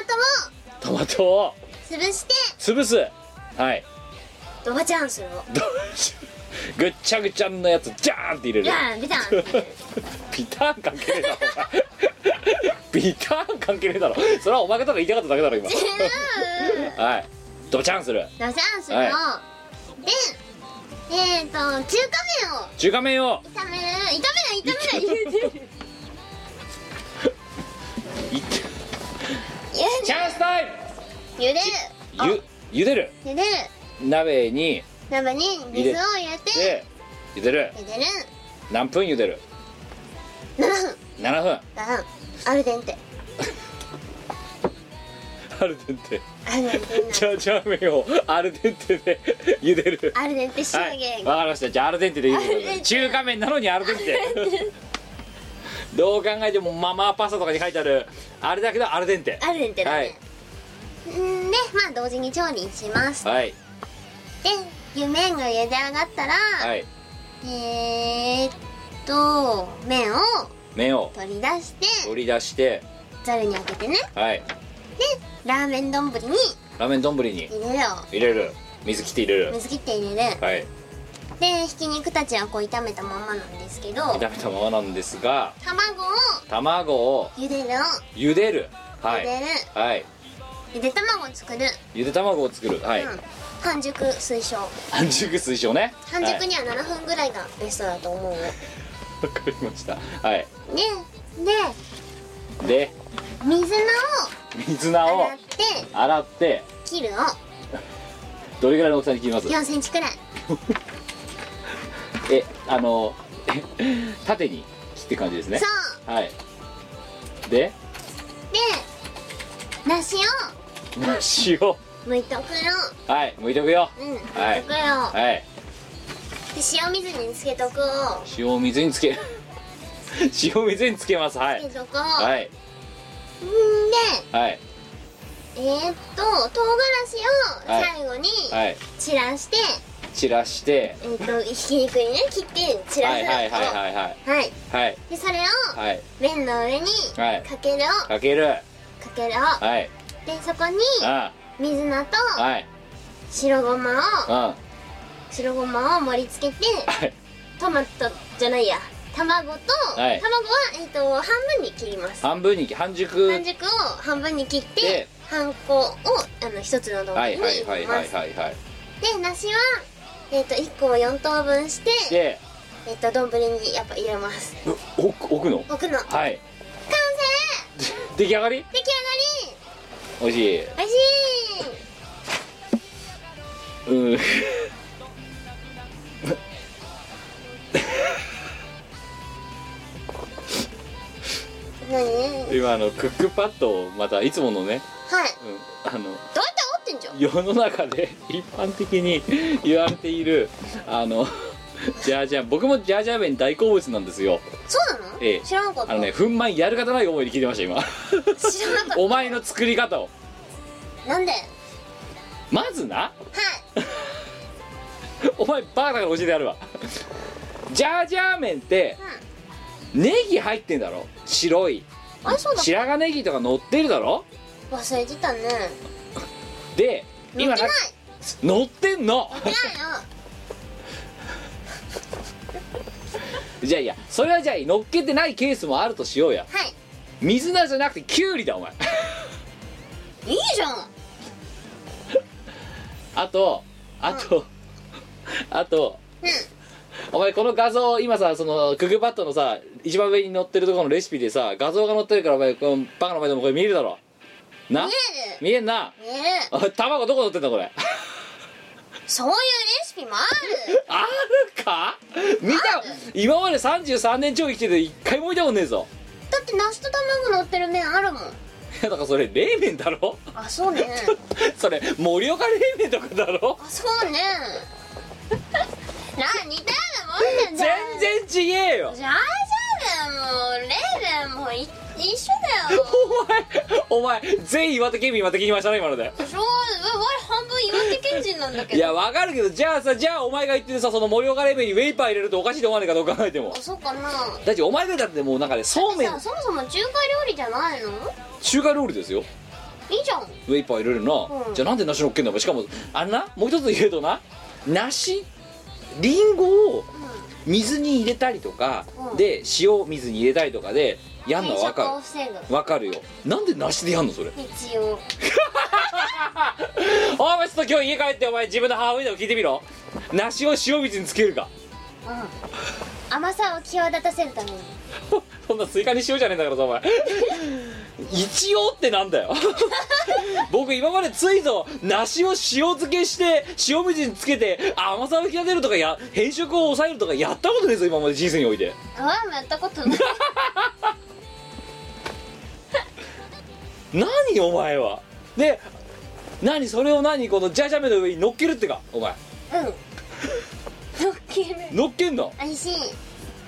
S2: トも
S1: トマトを
S2: 潰して
S1: 潰すはい
S2: ドバチャンするを
S1: どうしぐっちゃぐちゃのやつジャーンって入れ
S2: じ
S1: る
S2: ゃあビタン
S1: ピターン関係ねえだろお前ピターン関係ねえだろそれはお前がただ言いたかっただけ だろ今はいドチャンする
S2: ドバチャンするを、
S1: は
S2: でえー、っと中華麺を
S1: 中華麺を
S2: 炒める炒める炒める言うてる
S1: い
S2: 言う
S1: チャンスタイム
S2: 茹でる
S1: ゆ茹でる
S2: 茹でる
S1: 鍋に
S2: 鍋に水を入れて
S1: で茹でる
S2: 茹でる
S1: 何分茹でる
S2: 7分
S1: 7分
S2: 7分アルデンテ
S1: アルデンテ
S2: アルデンテにな
S1: じ
S2: る
S1: ゃあじゃあ麺をアルデンテで茹でる
S2: アルデンテ仕
S1: は
S2: 上
S1: い
S2: げ、
S1: わかりましたじゃあアルデンテでいい
S2: アルデンテ
S1: 中華麺なのにアルデンテどう考えてもママパスタとかに書いてあるあれだけどアルデンテ
S2: アルデンテだ
S1: は
S2: ね
S1: い、
S2: うんでまあ同時に調理します
S1: はい
S2: で湯麺が茹で上がったら、
S1: はい
S2: えー、っと麺を
S1: 麺を
S2: 取り出して
S1: 取り出して
S2: ざるにあけてね
S1: はい
S2: ラーメン丼に
S1: ラーメン丼に
S2: 入れるを
S1: 入れる水切って入れる
S2: 水切って入れる
S1: はい
S2: でひき肉たちはこう炒めたままなんですけど
S1: 炒めたままなんですが
S2: 卵を
S1: 卵を
S2: 茹でるを
S1: 茹でるは
S2: 茹で
S1: い
S2: る、
S1: はい
S2: ゆで卵を作る、
S1: ゆで卵を作るはい
S2: うん、半熟推奨
S1: 半熟推奨ね
S2: 半熟
S1: に
S2: には7分ぐらいがベストだと思うよ、
S1: わかりましたはい
S2: でで
S1: で
S2: 水菜
S1: 水菜
S2: を
S1: を
S2: 洗って
S1: 洗って
S2: 切るを
S1: どれぐらいの大きさに切ります
S2: 4センチくらい
S1: えあの え縦に切って感じですね
S2: そう
S1: はいで
S2: で梨を
S1: 梨を
S2: 剥いとくよ
S1: はい剥いとくよ
S2: うん
S1: は
S2: 剥
S1: い
S2: いとくよ、
S1: はい
S2: で塩水につけとくを
S1: 塩水につけ 塩水につけますは
S2: つけ
S1: い
S2: とくを、
S1: はい
S2: ん
S1: はい
S2: でえー、っと唐辛子を最後に
S1: はい
S2: 散らして、
S1: 散らして
S2: えー、 っとひき肉にね切って散らす
S1: はいはいはいはいはい
S2: はい
S1: はい
S2: でそれを
S1: はい
S2: 麺の上に
S1: はい
S2: かけるを
S1: かける
S2: かけるを
S1: はい
S2: でそこに
S1: あ
S2: 水菜と
S1: はい
S2: 白ごま
S1: うん
S2: を白ごまを盛り付けて
S1: はい
S2: トマトじゃないや卵と
S1: はい
S2: 卵はえっと半分に切ります
S1: 半分に半熟
S2: 半熟を半分に切っ
S1: で
S2: て半個をあの一つの丼に
S1: は
S2: 入
S1: い
S2: れ
S1: はいはいは
S2: ま
S1: い
S2: す
S1: はいはい
S2: で梨はえっと1個を4等分して
S1: で
S2: えっと丼にやっぱ入れます
S1: うお置くの
S2: 僕の完成
S1: はい出来上がり
S2: 出来
S1: 美味しい
S2: 上がり美味しい
S1: うん
S2: 何はいどうやって
S1: 今あのクックパッドをまたいつものね、うん、あの
S2: 折ってんじゃん
S1: 世の中で 一般的に 言われているあの ジャージャー僕もジャージャー麺大好物なんですよ
S2: そうなの、
S1: ええ
S2: 知らんかった
S1: あのね憤懣やる方ない思いで聞いてました今
S2: 知らなかった
S1: お前の作り方を
S2: なんではい
S1: まずなお前バカだから教えてやるわジャージャー麺ってネギ入ってんだろ白い
S2: あそうだ
S1: 白髪ネギとか乗ってるだろ
S2: 忘れてたね
S1: で
S2: 乗ってない
S1: 乗ってんの
S2: 乗ってないよ
S1: じゃあいやそれはじゃあ乗っけてないケースもあるとしようや
S2: はい
S1: 水菜じゃなくてキュウリだお前
S2: いいじゃん
S1: あとあと、 あと
S2: うん
S1: お前この画像今さそのクックパッドのさ一番上に載ってるところのレシピでさ画像が載ってるからお前このバカの前でもこれ見えるだろな
S2: 見える
S1: 見えんな
S2: 見える
S1: おい卵どこ乗ってんだこれ
S2: そういうレシピもあ る
S1: あるか見た今まで33年超生きてて一回も見たことねえぞ
S2: だって梨と卵乗ってる麺あるもん
S1: いやだからそれ冷麺だろ
S2: あそうね
S1: それ盛岡冷麺とかだろ
S2: あそうね
S3: なあ似たようなもんだじゃん
S1: 全然ちげえよ
S3: 大丈夫もうレーベンもい一緒だよ
S1: お前お前全岩手県民岩手県にいましたね今ので
S2: しょうがない我半分岩手県人なんだけ
S1: い
S2: ど
S1: やわかるけどじゃあさじゃあお前が言ってるさその盛岡冷麺にウェイパー入れるとおかしいと思わないかどう考えても
S2: あそうかな
S1: だってお前がだってもうなんかねそうめん
S2: さそもそも中華料理じゃないの
S1: 中華料理ですよ
S2: いいじゃん
S1: ウェイパー入れるな、
S2: うん
S1: じゃあなんで梨乗っけんだお前しかもあんなもう一つ言うとな梨りんごを水に入れたりとか、
S2: うん
S1: で塩を水に入れたりとかでやんのはわ
S2: 変色を
S1: か
S2: 防ぐ
S1: るわかるよなんで梨でやんのそれ
S2: 一応
S1: お前ちょっと今日家帰ってお前自分の母親でも聞いてみろ梨を塩水につけるか
S3: 甘さを際立たせるために
S1: そんなスイカに塩じゃねえんだからさお前 一応ってなんだよ 僕今までついぞ梨を塩漬けして塩水につけて甘さを引き立てるとかや変色を抑えるとかやったことねえぞ今まで人生において
S2: あわもやったこと ない
S1: 何お前はで何それを何このジャジャメの上に乗っけるってかお前
S2: 乗っける
S1: 乗っけんの
S3: 美味しい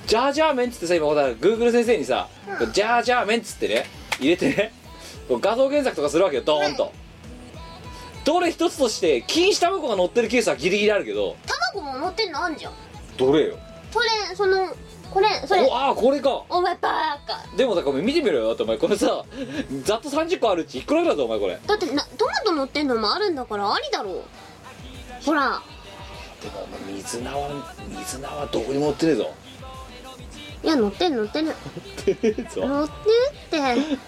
S1: ジャージャー麺っつってさ今ほら Google 先生にさ、こうジャージャー麺っつってね入れてねこう画像検索とかするわけよドーンと、どれ一つとして錦糸卵が乗ってるケースはギリギリあるけど
S3: 卵も乗ってんのあんじゃん
S1: どれよ
S3: それそのこれそれ
S1: おああこれか
S3: お前バーカ
S1: でもだからお前見てみろよだってお前これさざっと30個あるうちいくらぐらいだぞお前これ
S3: だってなトマト乗ってんのもあるんだからありだろうほら
S1: でもお前水菜は水菜はどこにも乗ってねえぞ
S3: いや乗ってん乗ってん乗
S1: 乗ってねえぞ
S3: ってって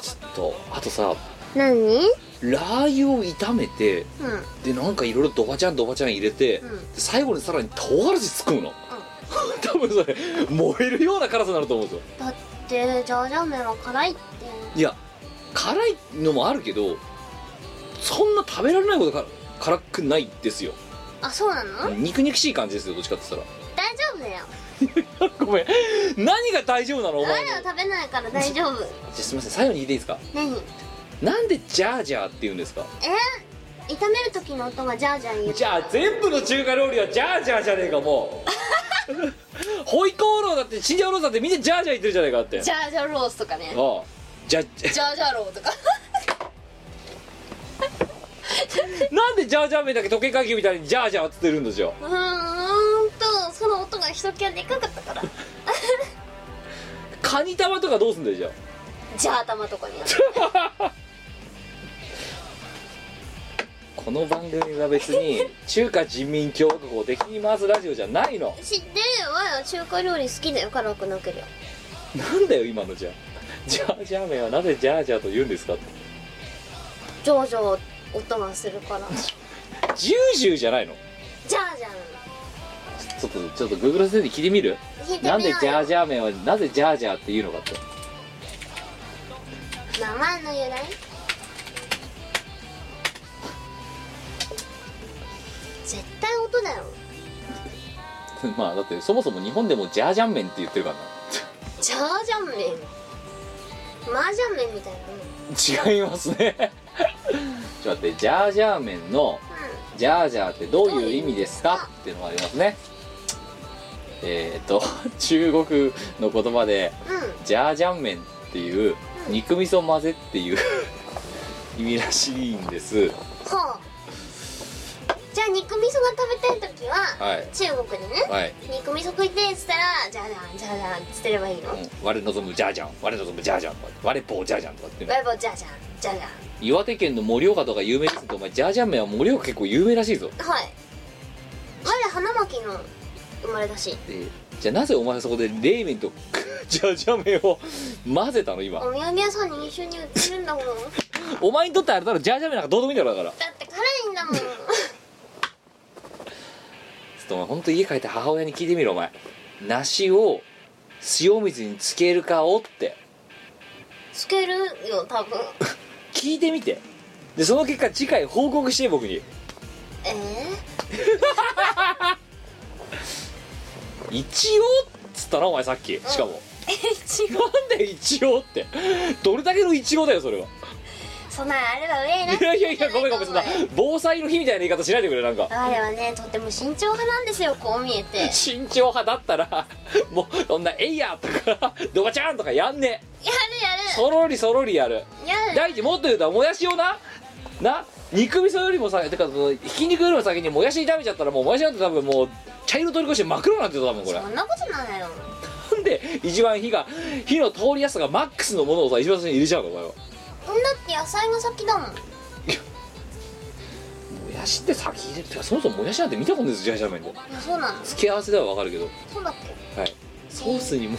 S1: ちょっとあとさ
S3: 何
S1: ラー油を炒めて
S3: うん
S1: でなんかいろいろドバちゃんドバちゃん入れて、
S3: ん
S1: で最後にさらに唐辛子突っ込むの、 多分それ燃えるような辛さになると思うんですよ
S3: だってジャージャー麺は辛いって
S1: いや辛いのもあるけどそんな食べられないほどか辛くないですよ
S3: あそうなの大丈
S1: 肉肉しい感じですよどっちかって言っ
S3: 夫だよ
S1: たら ごめん何が大丈夫なのお前の
S3: 誰を食べないから大丈夫
S1: じゃあすみません最後に聞いていいですか
S3: 何
S1: なんでジャージャーって言うんですか
S3: え炒める時の音がジャージャー言う
S1: じゃあ全部の中華料理はジャージャーじゃねえかも うホイコーローだってチンジャオロースだってみんなジャージャー言ってるじゃねえかって
S2: ジャージャーロースとかね
S1: ああじゃ
S2: ジャージャーローとか
S1: なんでジャージャー麺だけ時計回帰みたいにジャージャーっつってるんですよ
S2: うーんとその音がひときわでかかった から
S1: カニ玉とかどうすんだよじゃあ
S2: ジャー玉とかになる
S1: この番組は別 に中華人民共和国を敵に回すラジオじゃないの
S2: 知ってるよわよ中華料理好きだよ辛くなけりゃ
S1: なんだよ今のじゃあジャージャー麺はなぜジャージャーと言うんですかって
S2: ジョージョー音がするから
S1: ジュージューじゃないの
S2: ジャージャー
S1: ちょっとちょっとグーグル先生に聞いてみる
S2: 聞いてみようよ
S1: なんでジャージャー麺はなぜジャージャーっていうのかって
S3: 名前の由来絶対音だよ
S1: まあだってそもそも日本でもジャージャン麺って言ってるから
S2: ジャージャン麺
S3: 麻雀麺みたいな
S1: な違いますね ちょっと待ってジャージャー麺のジャージャーってどういう意味ですかっていうのがありますねえっ、ー、と 中国の言葉でジャージャン麺っていう肉味噌混ぜっていう 意味らしいんです
S3: ほうじゃあ肉味噌が食べたい時は
S1: はい
S3: 中国でね
S1: はい、
S3: 肉味噌食いてえっつったらジャージャージャージャーっつってればいいの
S1: うん、我望むジャージャン我望むジャージャンとか我棒ジャージャンとかっていうの
S3: バイボージャージャージャージャ
S1: 岩手県の盛岡とか有名ですけどお前ジャージャン麺は盛岡結構有名らしいぞ
S3: ーはい我花巻の生まれだし
S1: でじゃあなぜお前はそこで冷麺と ジャージャン麺を混ぜたの
S3: お
S1: 今
S3: 土産屋さんに一緒に売ってるんだもんだっ
S1: お前にとってあれだろジャージャン麺なんかどうでもいいんだろだからちょ
S3: て辛いんだもん
S1: っとお前ほんと家帰って母親に聞いてみろお前梨を塩水につけるかをって
S2: つけるよ多分
S1: 聞いてみてでその結果次回報告して僕に
S2: えー、
S1: 一応っつったなお前さっきしかも、
S2: 一応
S1: なんで一応ってどれだけの一応だよそれは
S2: 備えあれば上ない
S1: やいやいやごめんごめんそんな防災の日みたいな言い方しないでくれなんか
S2: 我はねとっても慎重派なんですよこう見えて
S1: 慎重派だったらもうそんな「えいや!」とか「ドバチャン!」とかやんねえ
S2: や
S1: そろりそろりやる
S2: るやるやる
S1: 大地もっと言うともやしをなな肉味噌よりもさてかそのひき肉よりも先にもやし炒めちゃったらもうもやしなんて多分もう茶色取り越して真っ黒になってた多分これ
S2: そんなことないよ
S1: なんで一番火が火の通りやすさがマックスのものをさ一番最初に入れちゃうのお前は
S2: だって野菜が先だもん
S1: もやしって先入れるてかそもそももやしなんて見たことないですジャージャー麺で
S2: いやそうなの
S1: 付け合わせではわかるけど
S2: そうだっけい
S1: はいソースに
S2: や
S1: も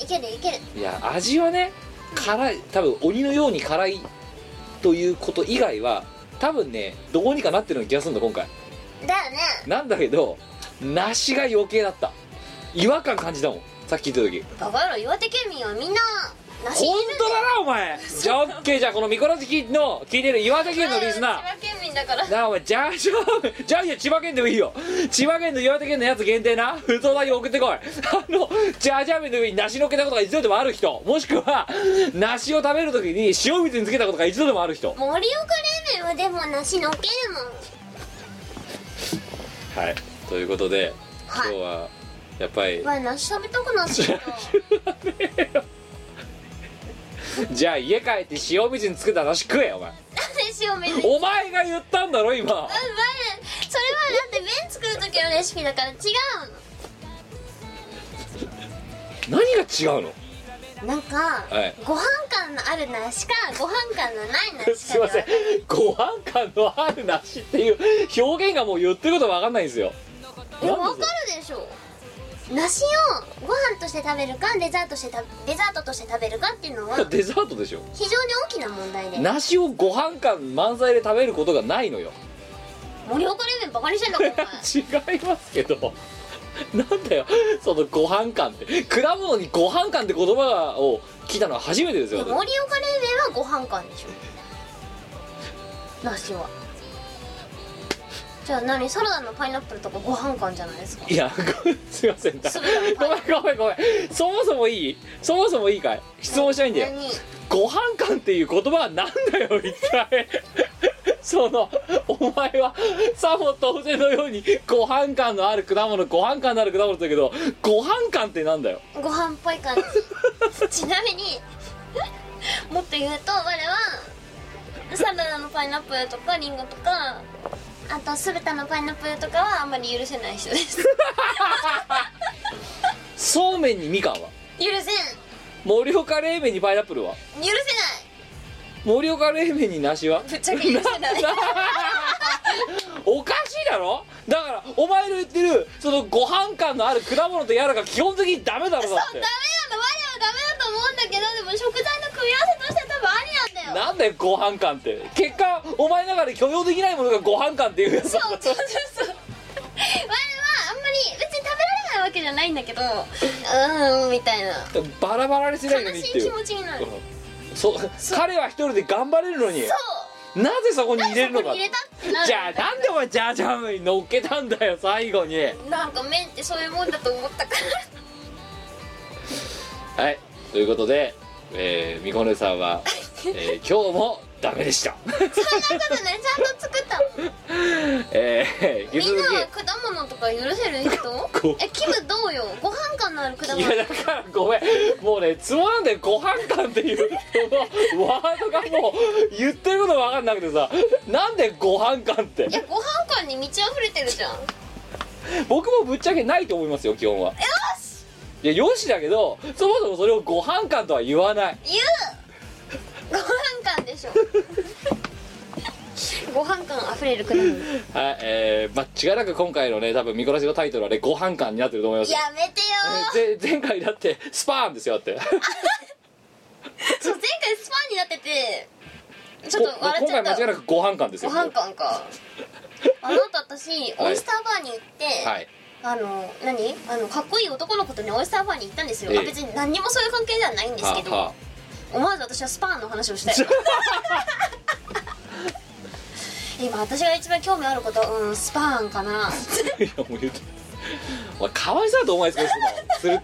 S2: いけるいける
S1: いや味はね辛い多分鬼のように辛いということ以外は多分ねどうにかなってるような気がするんだ今回
S2: だよね
S1: なんだけど梨が余計だった違和感感じたもんさっき言った時
S2: バカ野郎岩手県民はみんな梨
S1: 本当だなお前じゃあオッケーじゃあこのミコラジキの聞いてる岩手県のリスナー
S2: 千葉県民だから
S1: なあお前じゃあじゃあじゃあいや千葉県でもいいよ千葉県の岩手県のやつ限定な普通だけ送ってこいあのジャージャー麺の上に梨のっけたことが一度でもある人もしくは梨を食べるときに塩水につけたことが一度でもある人は
S2: 盛岡冷麺はでも梨のっけるもん
S1: いということで今
S2: はい
S1: 日はやっぱり
S2: うわ梨食べたくなってき た
S1: じゃあ家帰って塩水につけた梨食えお前
S2: なんでしよう別に
S1: お前が言ったんだろ今
S2: うまいそれはだって麺作る時のレシピだから違う
S1: 何が違うの
S2: のなんか、
S1: はい
S2: ご飯感のある梨かご飯感のない梨か
S1: すいませんご飯感のある梨っていう表現がもう言ってること分かんないんですよ
S2: え
S1: なんで
S2: わかるでしょ梨をご飯として食べるかデザートしてたデザートとして食べるかっていうのは非常に
S1: デザート でしょ
S2: 大きな問題で
S1: 梨をご飯感満載で食べることがないのよ
S2: 盛岡冷麺バカにしてんだかお前
S1: 違いますけどなんだよそのご飯感って果物にご飯感って言葉を聞いたのは初めてです
S2: い
S1: よ
S2: や盛
S1: 私
S2: 岡冷麺はご飯感でしょ梨はじゃあ何サラダのパイナップルとかご飯感じゃないですか
S1: いやごすいません
S2: すぐ食べ
S1: ごめんごめんごめんそもそもいいそもそもいいかい質問したいんだよ
S2: 何
S1: ご飯感っていう言葉はなんだよ一体 そのお前はさも当然のようにご飯感のある果物ご飯感のある果物だけどご飯感ってなんだよ
S2: ご飯っぽい感 じちなみにもっと言うと我はサラダのパイナップルとかリンゴとかあと酢豚のパイナップルとかはあんまり許せない人です許
S1: そうめんにみかんは
S2: せん許せな
S1: 盛岡冷麺にパイナップルはい盛岡冷麺に梨は
S2: ぶっちゃけ許せない
S1: おかしいだろだからお前の言ってるそのご飯感のある果物とやらが基本的にダメだろだって
S2: ダメなの我はダメだと思うんだけどでも食材の組み合わせとしては多分ありなんだよ
S1: なんだよご飯感って結果お前の中で許容できないものがご飯感っていうやつ
S2: そうそうそうそう我はあんまり別に食べられないわけじゃないんだけどうーんみたいな
S1: バラバラにしないの
S2: 悲
S1: にっ
S2: してい
S1: い
S2: 気
S1: う
S2: 持ちになる
S1: そう彼は一人で頑張れるのに
S2: そう
S1: なぜそこに入れるのか
S2: 入れたってなる
S1: じゃあなんでお前ジャージャー麺に乗っけたんだよ最後に
S2: なんか麺ってそういうもんだと思ったから
S1: はいということで、えー、みこねさ んは、えー今日もダメでした
S2: そんなことねちゃんと作ったもん
S1: えー、引き
S2: みん
S1: 続
S2: なは果物とか許せる人えキムどうよご飯感のある果
S1: きい
S2: 物
S1: やだからごめんもうねつまらんでご飯感っていうそのワードがもう言ってること分かんなくてさなんでご飯感って
S2: いやご飯感に満ち溢れてるじゃんよ
S1: 僕もぶっちゃけないと思いますよ基本は
S2: し
S1: いやよしだけどそもそもそれをご飯感とは言わない
S2: 言うご飯感でしょご飯感溢れる果物や
S1: はいえー、間違いなく今回のね多分見こらしのタイトルはねご飯感になってると思いますよ
S2: めてよ
S1: ぜ前回だってスパーンですよだって
S2: そう前回スパンになっててちょっと
S1: こ
S2: 笑っちゃ
S1: 今回
S2: った
S1: 間違いなくご飯感です
S2: ご
S1: よ
S2: 飯感かあの後私オイスターバーに行って、
S1: はい
S2: あの何あのかっこいい男の子とねオイスターバーに行ったんですよ、
S1: ええ
S2: あ別に何にもそういう関係ではないんですけど、
S1: は
S2: 思わず私はスパーンの話をしたい 今私が一番興味あることうんスパーンかな
S1: あいやもう言うてお前かわいそうだと思うんですけどそんな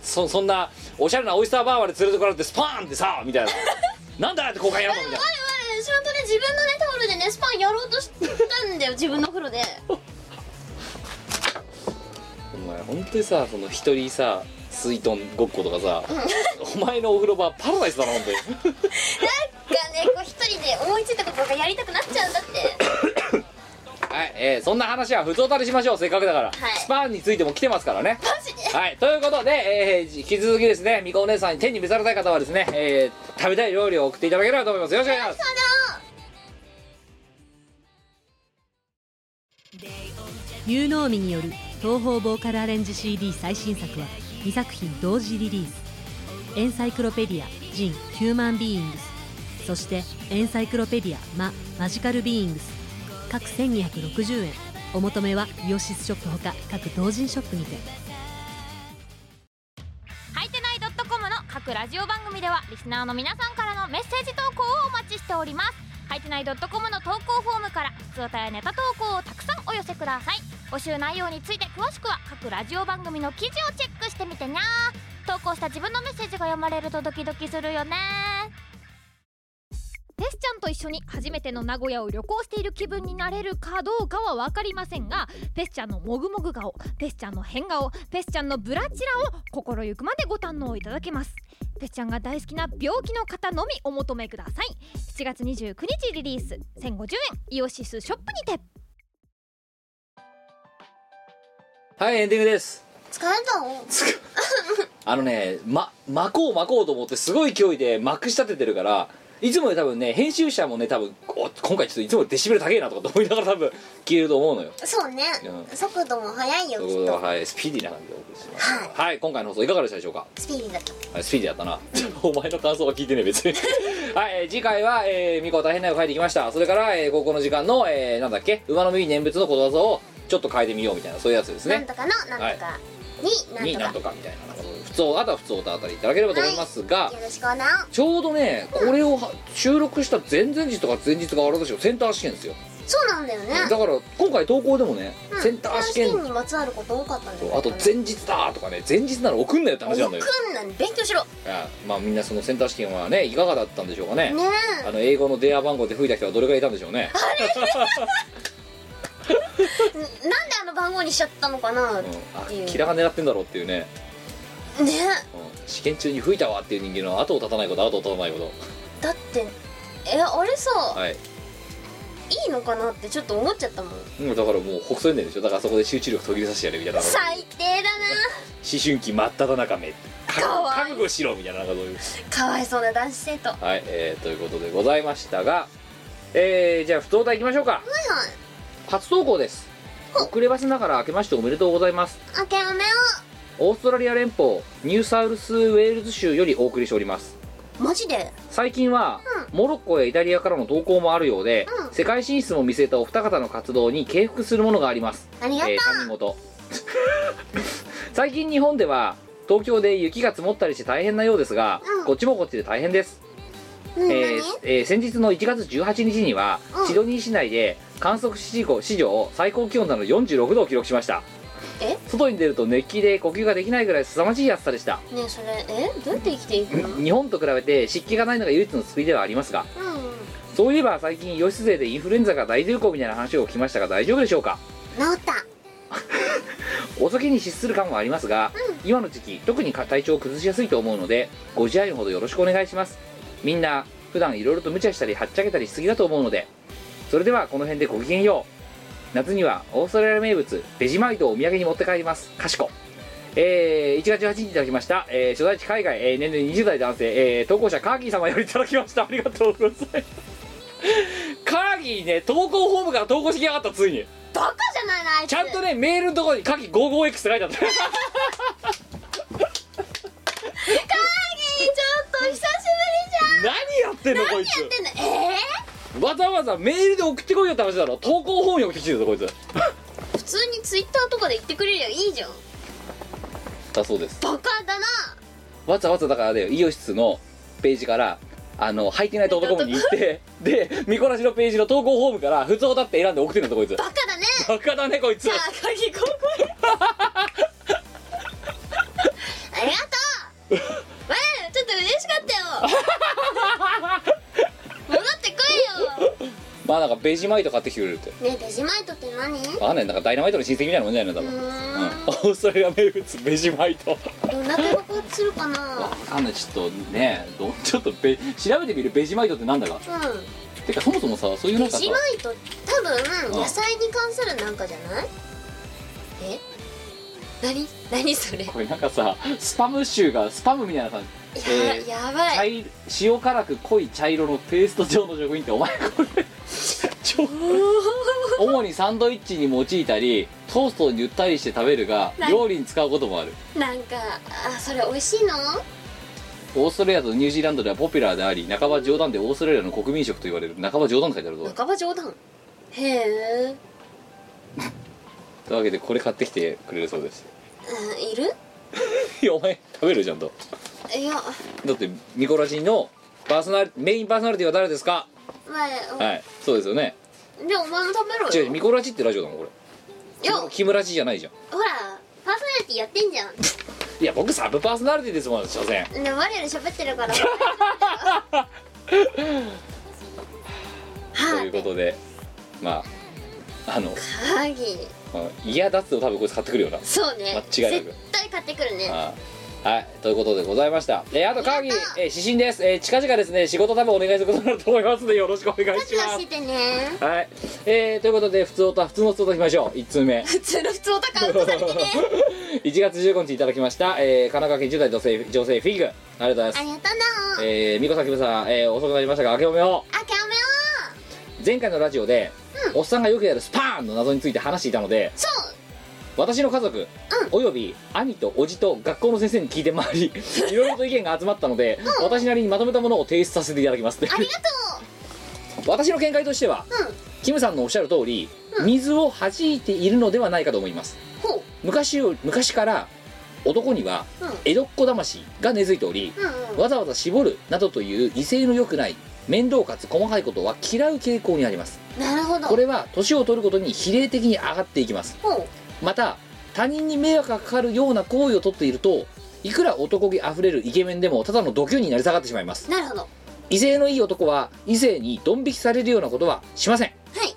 S1: そそんなおしゃれなオイスターバーまで連れてこられてスパーンってさみたいななんだって公開やろうみたいな
S2: 我ちゃんとね自分のねタオルでねスパンやろうとした んだよ自分の風呂で
S1: お前本当にさその一人さ水遁ごっことかさお前のお風呂場パラダイスだな本当に
S2: がねこう一人で思いついたことがやりたくなっちゃうんだって
S1: はい、えーそんな話は普通たりしましょうせっかくだから、
S2: い
S1: スパンについても来てますからね
S2: マジで
S1: はいということで、えー引き続きですねみこお姉さんに手に召されたい方はですね、えー食べたい料理を送っていただければと思いますよろしくお願いします
S9: 有能美による東方ボーカルアレンジ CD 最新作は2作品同時リリース「エンサイクロペディア・ジン・ヒューマン・ビーイングス」そして「エンサイクロペディア・マ・マジカル・ビーイングス」各1260円お求めはイオシスショップほか各同人ショップにて
S10: はいてない .com の各ラジオ番組ではリスナーの皆さんからのメッセージ投稿をお待ちしておりますはいてない .com の投稿フォームから普通歌やネタ投稿をたくさんお寄せください募集内容について詳しくは各ラジオ番組の記事をチェックしてみてにゃー投稿した自分のメッセージが読まれるとドキドキするよねテスちゃんと一緒に初めての名古屋を旅行している気分になれるかどうかは分かりませんがペスちゃんのもぐもぐ顔ペスちゃんの変顔ペスちゃんのブラチラを心ゆくまでご堪能いただけますペスちゃんが大好きな病気の方のみお求めください7月29日リリース1050円イオシスショップにて
S1: はいエンディングです
S2: 疲れたの
S1: あのね、ま、巻こう巻こうと思ってすごい勢いで巻く仕立ててるから、いつもより多分ね、編集者もね、多分、お今回ちょっといつもよりデシベル高えなとかと思いながら多分、消えると思うのよ。
S2: そうね
S1: う
S2: 速度も速いよ
S1: と
S2: き
S1: いう
S2: っ
S1: こと
S2: と
S1: で、はい、スピーディーな感じでお送りしました。はい、今回の放送いかがでしたでしょうか
S2: スピーディーだった
S1: はいスピーディーだったな。お 前の感想は聞いてねえ、別に。 はい、えー次回は、えー、ミコは大変な絵を描いてきました。それから、えー、高校の時間の、えー、なんだっけ、馬の耳念仏のことわざをちょっと変えてみようみたいな、そういうやつです
S2: なん
S1: ね
S2: と。かのなんとかに
S1: に
S2: な
S1: なん
S2: んと
S1: とかみたいなこと普通あとは普通おたあたりいただければと思いますが、
S2: かよろしくおな
S1: ちょうどねこれをは収録した前々日とか前日があれですよセンター試験ですよ、
S2: そうなんだよね
S1: だから今回投稿でもね、
S2: うん
S1: センター試験
S2: 試にまつわること多かったんだよね
S1: とあと前日だとかね前日なら送んなよって話なんだよ
S2: 送んなに勉強しろね
S1: あまあみんなそのセンター試験はねいかがだったんでしょうかね
S2: え
S1: あの英語の電話番号で吹いた人はどれくらいいたんでしょうね、
S2: ななんであの番号にしちゃったのかな、
S1: うん
S2: ね
S1: あキラが狙ってんだろうっていうね、うん試験中に吹いたわっていう人間の後を絶たないこと後を絶たないこ
S2: だってえあれさ、
S1: とはい
S2: い、いのかなってちょっと思っちゃったもん
S1: もうだからもうほくそんでるでしょだからそこで集中力途切れさせてやるみたいな
S2: 最低だな
S1: 思春期真っ只中目
S2: かわいい
S1: 覚悟しろみたいななんかそういう
S2: かわいそうな男子生徒
S1: はい、えーということでございましたが、えーじゃあ不登壇いきましょうか、初投稿です遅ればせながら明けましておめでとうございます
S2: あけおめ
S1: オーストラリア連邦ニューサウルスウェールズ州よりお送りしております
S2: をマジで
S1: 最近は、モロッコやイタリアからの投稿もあるようで、
S2: うん
S1: 世界進出も見据えたお二方の活動に敬服するものがあります
S2: ありがとう、
S1: えー他人事 最近日本では東京で雪が積もったりして大変なようですが、
S2: うん
S1: こっちもこっちで大変です
S2: うん
S1: えーえー先日の1月18日には、
S2: うん
S1: シドニー市内で観測史上史上最高気温なの46度を記録しました
S2: え
S1: 外に出ると熱気で呼吸ができないぐらい凄まじい暑さでした、
S2: 何ねえそれえどうやって生きていくのうん
S1: 日本と比べて湿気がないのが唯一の救いではありますがそういえば最近義経でインフルエンザが大流行みたいな話を聞きましたが大丈夫でしょうか
S2: 治った
S1: お酒に失する感はありますが、今の時期特に体調を崩しやすいと思うのでご自愛のほどよろしくお願いしますみんな普段いろいろと無茶したりはっちゃけたりしすぎだと思うのでそれではこの辺でごきげんよう夏にはオーストラリア名物ベジマイトをお土産に持って帰りますかしこえー、1月18日いただきました、えー、所在地海外、えー年齢20代男性、えー投稿者カーギー様よりいただきましたあ りがとうございますカーギーね投稿フォームから投稿してきやがったついに
S2: バカじゃないなあいつ
S1: ちゃんとねメールのところに「カキ 55X」って書いてあった
S2: えーちょっと久しぶりじ
S1: 何やってんのこい
S2: ゃんやって
S1: つ
S2: んのえ
S1: わざわざメールで送ってこいよって話だろ投稿本に送ってきてるぞこいつ
S2: ー普通にツイッターとかで言ってくれりゃいいじゃん
S1: だそうです
S2: バカだな
S1: わざわざだからねイオシスのページからあの履いてないと男もに行ってで 見こなしのページの投稿フォームから普通だって選んで送ってるんだこいつ
S2: バカだね
S1: バカだねこい つ
S2: じゃあ鍵ここにありがと うわあちょっと嬉しかったよ戻ってこいよ
S1: まあなんかベジマイト買ってきてくれるって
S2: ねえベジマイトって何う
S1: わかんないなんかダイナマイトの親戚みたいなもんじゃないの多分、うん、
S2: ーん
S1: オーストラリア名物ベジマイト
S2: どんだけ爆発するか
S1: わ
S2: な
S1: かんないちょっとねどちょっとべ調べてみるベジマイトってなんだか
S2: う
S1: てかそもそもさそういうん
S2: ベ
S1: なんかさ
S2: ジマイト多分
S1: うん
S2: 野菜に関するなんかじゃないえ何何それ
S1: これなんかさスパム臭がスパムみたいなさ、
S2: や,、
S1: えー
S2: やばい
S1: 茶色塩辛く濃い茶色のペースト状の食品ってお前これちょ主にサンドイッチに用いたりトーストに塗ったりして食べるが
S2: ない
S1: 料理に使うこともある
S2: なんかあそれ美味しいの
S1: オーストラリアとニュージーランドではポピュラーであり半ば冗談でオーストラリアの国民食と言われる半ば冗談って書いてあるぞ
S2: 半ば冗談へえ、
S1: というわけでこれ買ってきてくれるそうです
S2: うん、いる
S1: いやお前食べるじゃんと
S2: いや
S1: だってミコラジンのパーソナルメインパーソナリティは誰ですか
S2: まあ
S1: はいそうですよね
S2: でお前も食べろ
S1: 違
S2: よ
S1: うミコラジってラジオだもんこれ
S2: いや
S1: 木村ジじゃないじゃん
S2: ほらパーソナリティやってんじゃん
S1: いや僕サブパーソナリティですもん所詮
S2: でも我ら喋ってる から
S1: と
S2: はいいう
S1: ことでまああの
S2: 鍵
S1: まあ嫌だっつっても多分こいつ買ってくるよな
S2: そうね
S1: 間違いなく
S2: 絶対買ってくるね
S1: ああはいということでございましたえーあとカーギー
S2: やっ、
S1: えー指針です、えー近々ですね仕事多分お願いすることになると思いますのでよろしくお願いし
S2: 手出
S1: ま
S2: し
S1: す
S2: ててね
S1: はいえーということで普通歌普通の普通歌いきましょう1通目
S2: 普通の普通お高カウントされてね
S1: 1月15日いただきました、えー神奈川県10代女性女性フィギュありがとうございま
S2: あ
S1: す
S2: りがとうな
S1: えー、みこさんきむさん、えー遅くなりましたが明けおめを
S2: あけおめよう
S1: 前回のラジオで、おっさんがよくやるスパーンの謎について話していたので
S2: そう
S1: 私の家族、および兄と叔父と学校の先生に聞いて回りいろいろと意見が集まったので、私なりにまとめたものを提出させていただきます
S2: ありがと
S1: 私の見解としては、
S2: うん
S1: キムさんのおっしゃる通り、水を弾いているのではないかと思います
S2: うほ
S1: 昔よ昔から男には
S2: うん
S1: 江戸っ子魂が根付いており、
S2: ううんうん
S1: わざわざ絞るなどという威勢の良くない面倒かつ細かいことは嫌う傾向にあります
S2: なるほど
S1: これは年を取ることに比例的に上がっていきます
S2: ほ
S1: また他人に迷惑がかかるような行為をとっているといくら男気あふれるイケメンでもただのド級になり下がってしまいます
S2: うなるほど
S1: 異性のいい男は異性にドン引きされるようなことはしません
S2: はい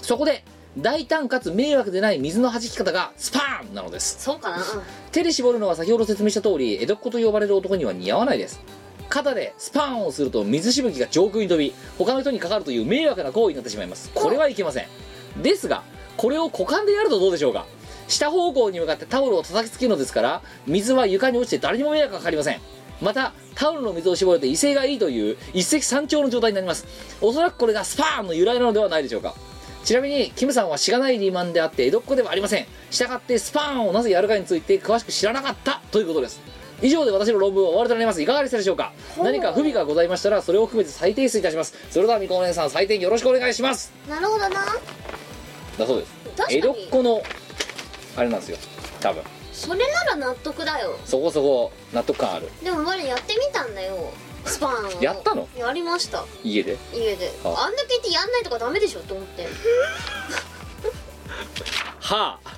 S1: そこで大胆かつ迷惑でない水の弾き方がスパーンなのです
S2: そうかなうん
S1: 手で絞るのは先ほど説明した通り江戸っ子と呼ばれる男には似合わないです肩でスパーンをすると水しぶきが上空に飛び他の人にかかるという迷惑な行為になってしまいますこれはいけませんですがこれを股間でやるとどうでしょうか下方向に向かってタオルを叩きつけるのですから水は床に落ちて誰にも迷惑がかかりませんまたタオルの水を絞れて威勢がいいという一石三鳥の状態になりますおそらくこれがスパーンの由来なのではないでしょうかちなみにキムさんはしがないリーマンであって江戸っ子ではありませんしたがってスパーンをなぜやるかについて詳しく知らなかったということです以上で私の論文は終わりとなりますいかがでしたでしょうか何か不備がございましたらそれを含めて再提出いたしますそれではみこお姉さん採点よろしくお願いします
S2: なるほどな
S1: だそうです
S2: 確かに
S1: 江戸っ子のあれなんですよ多分
S2: それなら納得だよ
S1: そこそこ納得感ある
S2: でも我やってみたんだよスパンを
S1: やったの
S2: やりました
S1: 家で
S2: 家で
S1: あ
S2: あんだけ言ってやんないとかダメでしょと思って
S1: は あ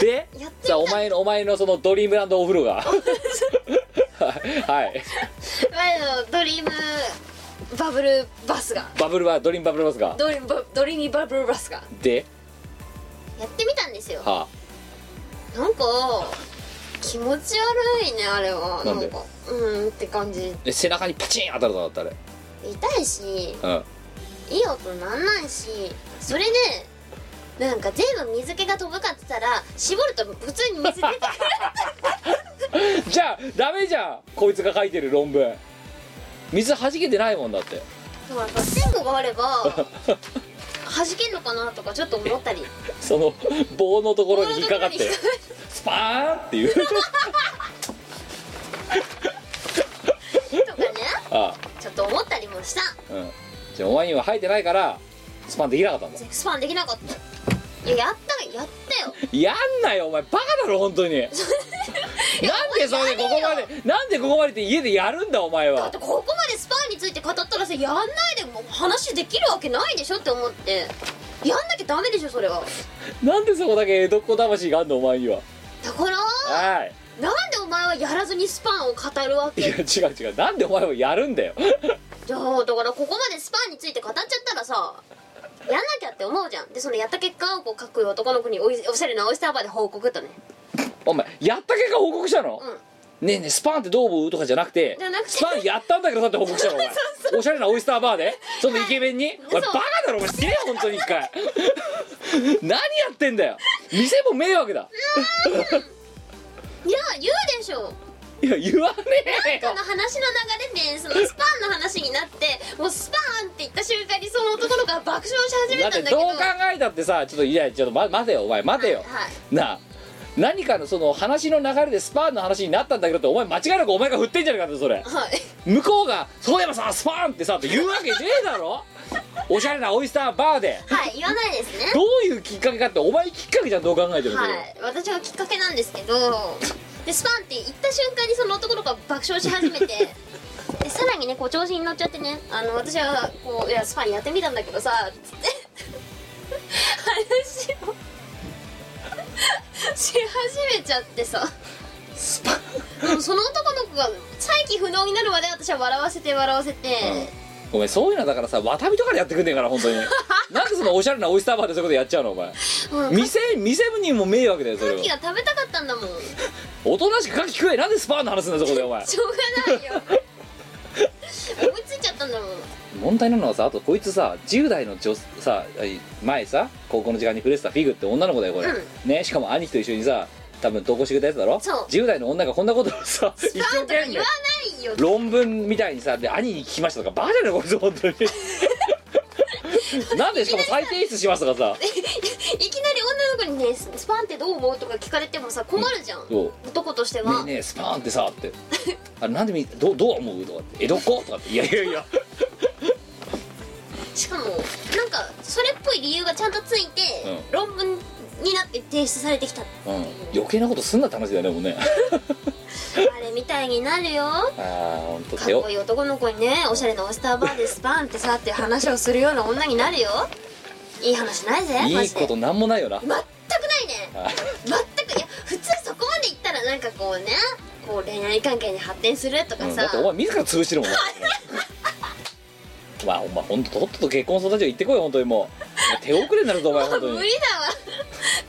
S1: で
S2: やってみ
S1: さ
S2: た
S1: あお前のお前のそのドリームランドお風呂 がはい
S2: 前のドリームバブルバスが
S1: バブルはドリームバブルバスが
S2: ドリームバドリームバブルバスが
S1: で
S2: やってみたんですよ
S1: はあ
S2: なんか気持ち悪いねあれは
S1: なんで
S2: かうーんって感じ
S1: で背中にパチン当たるとだった
S2: 痛いし
S1: あれうん
S2: いい音なんないしそれでなんか全部水気が飛ぶかって言ったら絞ると普通に水出てくる
S1: じゃあダメじゃんこいつが書いてる論文水弾けてないもんだって
S2: だからさ線路があれ ば弾けんのかなとかちょっと思ったり
S1: その棒のところに引っかかってスパーンっていう
S2: とかね
S1: あ
S2: ちょっと思ったりもした
S1: あうんじゃあお前には生えてないからスパンできなかったんだ
S2: スパンできなかったいややったやったよ
S1: やんなよお前バカだろ本当になんでそれでここまでなんでここまでって家でやるんだお前
S2: だっ
S1: は
S2: てここまでスパンについて語ったらさやんないでも話できるわけないでしょって思ってやんなきゃダメでしょそれは
S1: なんでそこだけ江戸っ子魂があんのお前には
S2: だから
S1: はい
S2: なんでお前はやらずにスパンを語るわ
S1: い
S2: け
S1: や違う違うなんでお前はやるんだよ
S2: じゃあだからここまでスパンについて語っちゃったらさやんなきゃって思うじゃんでそのやった結果をこうかっこいい男の子においおしゃれなオイスターバーで報告とね
S1: お前やった結果報告したの、ねえねえスパンってどう思うとかじゃなくて
S2: じゃなくて
S1: スパンやったんだけどだって報告したの お前おしゃれなオイスターバーでそのイケメンに、お前バカだろお前すげえ本当に一回 何やってんだよ店も迷惑だ
S2: いや言うでしょ
S1: いや言わねえ
S2: こ
S1: よ
S2: の話の流れでそのスパンの話になってもうスパンって言った瞬間にその男の子が爆笑し始め
S1: だ
S2: た
S1: っ
S2: んだ
S1: て
S2: け
S1: ど
S2: ど
S1: う考えたってさちょっといやちょっとま待てよお前待てよ、
S2: はい
S1: なあ何かのその話の流れでスパンの話になったんだけどってお前間違いなくお前が振ってんじゃねえかってそれ
S2: はい
S1: 向こうが「そういえばさスパン!」ってさって言うわけねえだ ろおしゃれなオイスターバーで
S2: はい言わないですね
S1: どういうきっかけかってお前きっかけじゃんどう考えてるの、
S2: はい私はきっかけなんですけどでスパンって言った瞬間にその男の子が爆笑し 始めてでさらにねこう調子に乗っちゃってねあの私はこう「いやスパンやってみたんだけどさ」つ って話をし始めちゃってさ
S1: スパン
S2: でもその男の子が再起不能になるまで私は笑わせて笑わせて、
S1: ごめんそういうのはだからさワタミとかでやってくんねえから本 当になんでそのおしゃれなオイスターバーでそういうことやっちゃうのお前
S2: うん
S1: 店店にも迷惑だよそ
S2: カ
S1: れ
S2: キが
S1: は
S2: 食べたかったんだもん
S1: おとなしくカキ食えなんでスパンの話すんだよそこでお前
S2: しょうがないよ思いついちゃったんだもん
S1: 問題なのはさあとこいつさ10代の女さえ前さ高校の時間に触れてたフィグって女の子だよこれ、
S2: うん
S1: ねしかも兄貴と一緒にさ多分投稿してくれたやつだろ
S2: そう
S1: 10代の女がこんなことをさ一
S2: パ
S1: 生
S2: ンとか
S1: 懸
S2: 言
S1: 命
S2: わないよ
S1: 論文みたいにさで兄に聞きましたとかバカじゃねえこいつ本 当になんでしかも再提出しますとかさ
S2: いきなり女の子にねススパンってどう思うとか聞かれてもさ困るじゃん、
S1: そう
S2: 男として
S1: ね
S2: は、
S1: えねえスパーンってさってあれなんでみどうどう思うとかって江戸っ子とかっていやいやいや
S2: しかもなんかそれっぽい理由がちゃんとついて、
S1: う
S2: 論文になって提出されてきた
S1: うん余計なことすんなって話だよねもうね
S2: あれみたいになるよ
S1: ああ本当
S2: か
S1: 手
S2: っ
S1: を
S2: こいい男の子にねおしゃれなオイスターバーでスパンってさって話をするような女になるよいい話ないぜ
S1: い
S2: マ
S1: い
S2: ジで
S1: ことなんもないよな
S2: 全くないね
S1: あ
S2: 全くいや普通そこまでいったらなんかこうねこう恋愛関係に発展するとか
S1: うん
S2: さ、
S1: だってお前自ら潰してるもんなまあお前ほんととっとと結婚育ちを行ってこい本当にもう手遅れになるぞお前本当
S2: 無
S1: に
S2: 理だわ